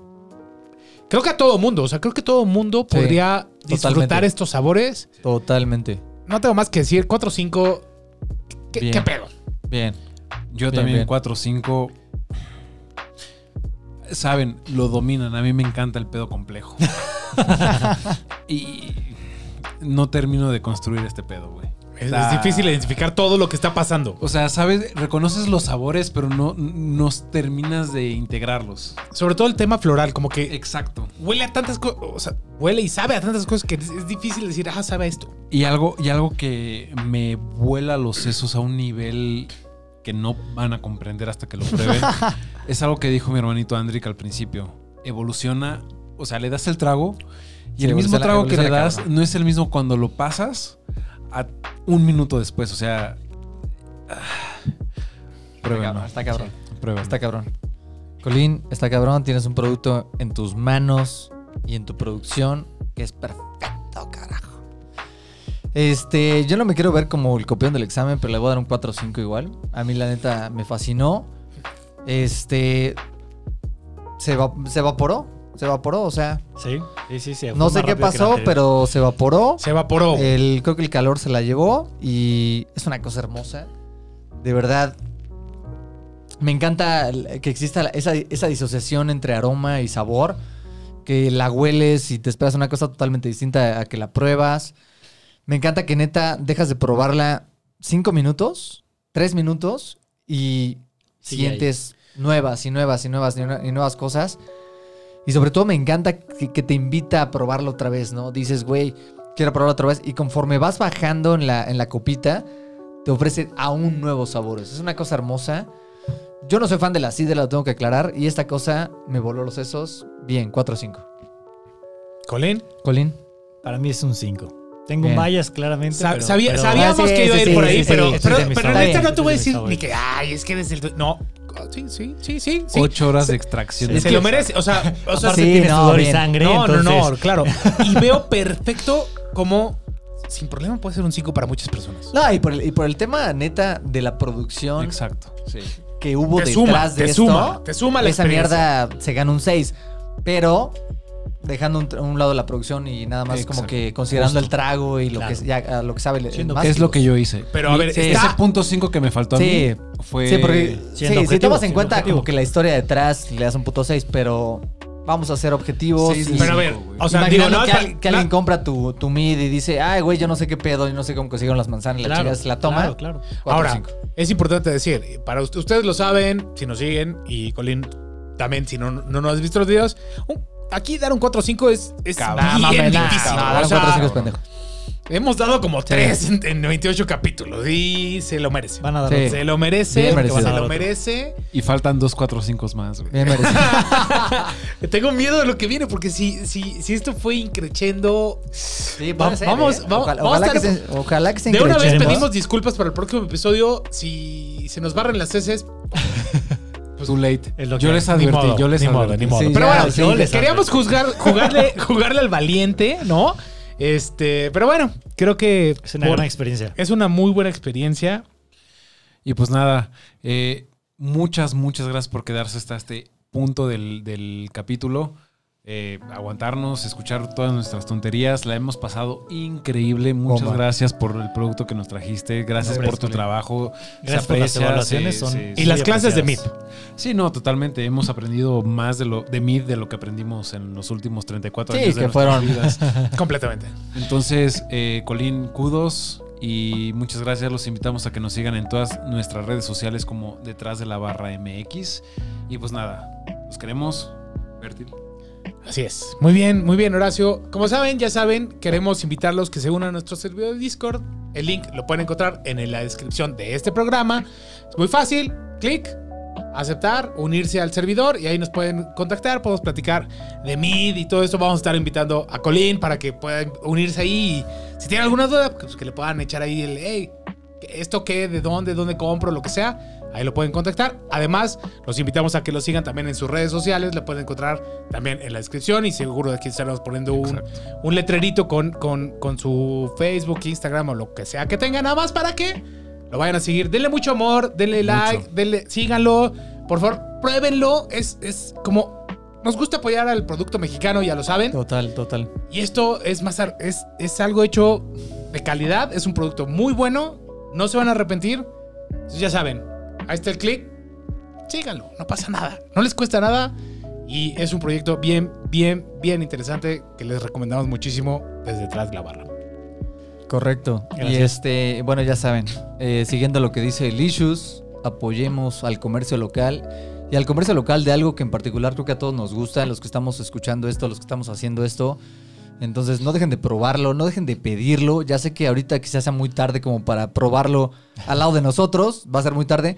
S3: Creo que a todo mundo. O sea, creo que todo mundo
S5: Sí,
S3: podría disfrutar
S5: totalmente.
S3: estos sabores.
S5: Totalmente.
S3: No tengo más que decir. 4 o 5. ¿Qué,
S5: Bien.
S3: qué pedo?
S5: Bien.
S2: Yo
S5: Bien,
S2: también
S5: bien.
S2: 4 5 saben, lo dominan, a mí me encanta el pedo complejo. y no termino de construir este pedo, güey.
S3: Es,
S5: Ah.
S2: Está-
S3: es difícil identificar todo lo que está pasando.
S2: O sea, sabes, reconoces los sabores, pero no nos terminas de integrarlos.
S3: Sobre todo el tema floral, como
S5: Eh.
S3: que
S2: Exacto.
S3: huele a tantas cosas. O sea, huele y sabe a tantas cosas que es, es difícil decir, ah, sabe a esto.
S2: Y algo, y algo que me vuela los sesos a un nivel que no van a comprender hasta que lo prueben. es algo que dijo mi hermanito Andrick al principio. Evoluciona, o sea, le das el trago y
S5: Sí,
S2: el mismo
S5: evoluciona-
S2: trago que le
S5: evoluciona
S2: das
S5: cabrón.
S2: no es el mismo cuando lo pasas a un minuto después. O sea, ah, pruébenlo.
S5: Está cabrón.
S2: pruébenlo.
S5: Está cabrón. Colín, está cabrón. Tienes un producto en tus manos y en tu producción que es perfecto, carajo. Este, yo no me quiero ver como el copión del examen, pero le voy a dar un 4 o 5 igual. A mí, la neta, me fascinó. Este. Se, eva- se evaporó. Se evaporó, o sea.
S4: Sí, sí, sí. sí, fue
S5: No
S4: más
S5: sé qué
S4: rápido que la
S5: pasó,
S4: anterior.
S5: pero se evaporó.
S3: Se evaporó.
S5: El, creo que el calor se la llevó y es una cosa hermosa. De verdad, me encanta el- que exista la- esa, esa disociación entre aroma y sabor. Que la hueles y te esperas una cosa totalmente distinta a que la pruebas. Me encanta que neta dejas de probarla cinco minutos, tres minutos y
S4: Sigue ahí.
S5: sientes nuevas y nuevas y nuevas y nue- y nuevas cosas. Y sobre todo me encanta que, que te invita a probarlo otra vez, ¿no? Dices, güey, quiero probar otra vez. Y conforme vas bajando en la, en la copita, te ofrece aún nuevos sabores. Es una cosa hermosa. Yo no soy fan de la sidra, lo tengo que aclarar. Y esta cosa me voló los sesos. Bien, 4 o 5.
S3: Colín.
S5: Colín.
S4: Para mí es un 5. Tengo
S5: Bien.
S4: vallas claramente.
S3: Sa-
S4: pero-
S3: sabía-
S4: pero-
S3: sabíamos
S5: Ah, sí,
S3: que iba a
S5: sí,
S3: ir
S5: sí,
S3: por
S5: sí,
S3: ahí,
S5: sí,
S3: pero,
S5: sí,
S3: pero,
S4: sí, sí,
S3: pero
S5: está
S3: neta
S5: bien.
S3: no te voy a
S4: Sí,
S3: decir
S4: sí, está
S3: ni
S4: bueno.
S3: que, ay, es que eres el. du-". No. Sí, sí, sí, sí. sí.
S2: Ocho horas de extracción.
S4: Sí.
S3: Se lo merece. O sea, o sea
S5: Aparte,
S4: Aparte tiene
S5: no,
S4: sudor y
S5: bien.
S4: sangre.
S3: no, no, no,
S4: entonces-
S3: claro. Y veo perfecto como sin problema puede ser un 5 para muchas personas.
S5: No, y por, el, y por el tema neta de la producción
S2: Exacto. Sí.
S5: que hubo
S3: Te
S5: detrás
S3: suma,
S5: de
S3: te
S5: esto,
S3: suma, te suma la
S5: esa
S3: experiencia.
S5: mierda se gana un 6. Pero dejando un- a un, lado la producción y nada más como
S2: Exacto.
S5: que considerando el trago y lo
S4: Claro.
S5: que ya, a lo que sabe el- el
S4: Siendo
S5: más.
S2: Es lo que yo hice.
S3: Pero a ver,
S5: Sí.
S3: está-
S2: Ese punto 5 que me faltó a
S5: Sí.
S2: mí fue.
S5: Sí, porque
S4: Siendo
S5: sí, si
S4: objetivo,
S5: tomas en
S4: siendo
S5: cuenta
S4: objetivo.
S5: como que la historia detrás le das un puto 6, pero vamos a ser objetivos.
S2: Seis
S5: y-
S2: de
S3: pero a ver,
S2: cinco, güey.
S3: o sea, digo,
S5: Imaginando
S3: no,
S5: que,
S3: está-
S5: al- que alguien
S3: no-
S5: compra tu, tu mid y dice, ay, güey, yo no sé qué pedo, yo no sé cómo consiguieron las manzanas, y la chingada se la toma.
S4: Claro, claro.
S5: Cuatro,
S3: Ahora,
S5: cinco.
S3: es importante decir, para ust- ustedes lo saben, si nos siguen, y Colin también, si no, no nos has visto los videos, un- aquí dar un 4 o 5 es, es
S2: Cabrón.
S3: bien
S2: No, mames,
S3: difícil.
S5: Ah, No,
S3: Ah, o
S5: dar un
S3: sea,
S5: cuatro, cinco es pendejo.
S3: hemos dado como 3 en, en 28 capítulos y se lo merece.
S4: Van a dar
S5: Sí.
S4: otro.
S3: Se lo merece,
S5: Bien
S3: se
S5: merecido.
S3: lo merece.
S2: Y faltan dos, cuatro, cinco más, güey.
S5: Bien merecido.
S3: Tengo miedo de lo que viene, porque si, si, si esto fue increchendo,
S5: Sí,
S3: Va-
S5: puede ser,
S3: vamos-
S5: ¿eh?
S3: vamos-
S5: Ojalá,
S3: vamos a
S5: ojalá que
S3: estar-
S5: se, ojalá que se
S3: de una vez
S5: encrechemos.
S3: pedimos disculpas para el próximo episodio. Si se nos barren las heces,
S2: pues, Too late.
S4: Es lo
S2: Yo
S4: que-
S2: les
S4: ni
S2: advertí,
S3: modo,
S2: yo les
S3: ni modo,
S2: advertí.
S3: ni modo.
S5: Sí,
S3: pero
S5: ya,
S3: bueno,
S5: sí,
S3: yo
S5: ya
S3: les- queríamos juzgar, jugarle, jugarle al valiente, ¿no? Este, pero bueno, creo que
S4: Es una
S3: por-
S4: gran experiencia.
S3: es una muy buena experiencia.
S2: Y pues nada, eh, muchas, muchas gracias por quedarse hasta este punto del, del capítulo. Eh, aguantarnos, escuchar todas nuestras tonterías. La hemos pasado increíble. Muchas
S5: Bomba.
S2: gracias por el producto que nos trajiste. Gracias
S4: Hombre,
S2: por tu
S4: Solín.
S2: trabajo.
S4: Gracias por las
S2: aprecia,
S4: evaluaciones.
S2: se-
S4: son
S2: se-
S3: Y las
S4: muy
S3: clases de
S4: apreciadas.
S2: Sí, no, totalmente. Hemos aprendido más de lo de mí de lo que aprendimos en los últimos 34
S5: Sí,
S2: años de
S5: que
S2: nuestras
S5: fueron-
S2: vidas.
S3: completamente.
S2: Entonces, eh, Colín, kudos y muchas gracias. Los invitamos a que nos sigan en todas nuestras redes sociales como detrás de la barra MX. Y pues nada, los queremos. Vértil.
S3: Así es. Muy bien, muy bien, Horacio. Como saben, ya saben, queremos invitarlos que se unan a nuestro servidor de Discord. El link lo pueden encontrar en la descripción de este programa. Es muy fácil. Clic, aceptar, unirse al servidor y ahí nos pueden contactar. Podemos platicar de MID y todo esto. Vamos a estar invitando a Colin para que puedan unirse ahí. Y si tienen alguna duda, pues que le puedan echar ahí el, hey, ¿esto qué? ¿De dónde? ¿Dónde compro? Lo que sea. Ahí lo pueden contactar. Además, los invitamos a que lo sigan también en sus redes sociales. Le pueden encontrar también en la descripción y seguro aquí estaremos poniendo un, un letrerito con, con, con su Facebook, Instagram o lo que sea que tenga, nada más para que lo vayan a seguir. Denle mucho amor, denle like, denle, síganlo. Por favor, pruébenlo. Es, es como. Nos gusta apoyar al producto mexicano, ya lo saben.
S5: Total, total.
S3: Y esto es más ar- es, es algo hecho de calidad, es un producto muy bueno, no se van a arrepentir. Entonces, ya saben, ahí está el clic. Síganlo, no pasa nada, no les cuesta nada y es un proyecto bien bien bien interesante que les recomendamos muchísimo desde atrás de la barra.
S5: Correcto. Y
S4: Gracias.
S5: este, bueno, ya saben, eh, siguiendo lo que dice Licious, apoyemos al comercio local y al comercio local de algo que en particular creo que a todos nos gusta, los que estamos escuchando esto, los que estamos haciendo esto. Entonces, no dejen de probarlo, no dejen de pedirlo. Ya sé que ahorita quizás sea muy tarde como para probarlo al lado de nosotros, va a ser muy tarde.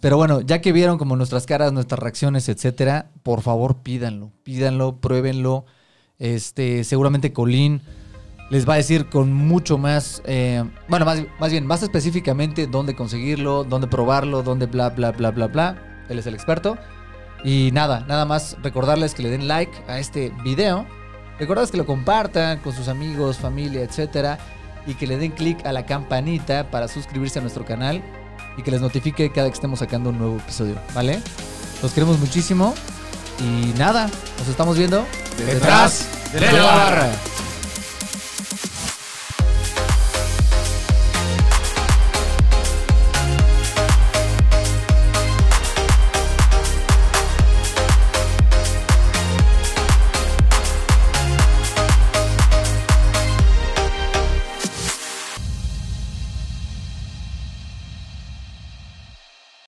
S5: Pero bueno, ya que vieron como nuestras caras, nuestras reacciones, etcétera, por favor pídanlo, pídanlo, pruébenlo. Este, seguramente Colín les va a decir con mucho más, eh, bueno, más, más bien, más específicamente dónde conseguirlo, dónde probarlo, dónde bla, bla, bla, bla, bla. Él es el experto. Y nada, nada más recordarles que le den like a este video. Recordarles que lo compartan con sus amigos, familia, etcétera. Y que le den click a la campanita para suscribirse a nuestro canal y que les notifique cada que estemos sacando un nuevo episodio, ¿vale? Los queremos muchísimo y nada, nos estamos viendo
S3: Detrás de la barra.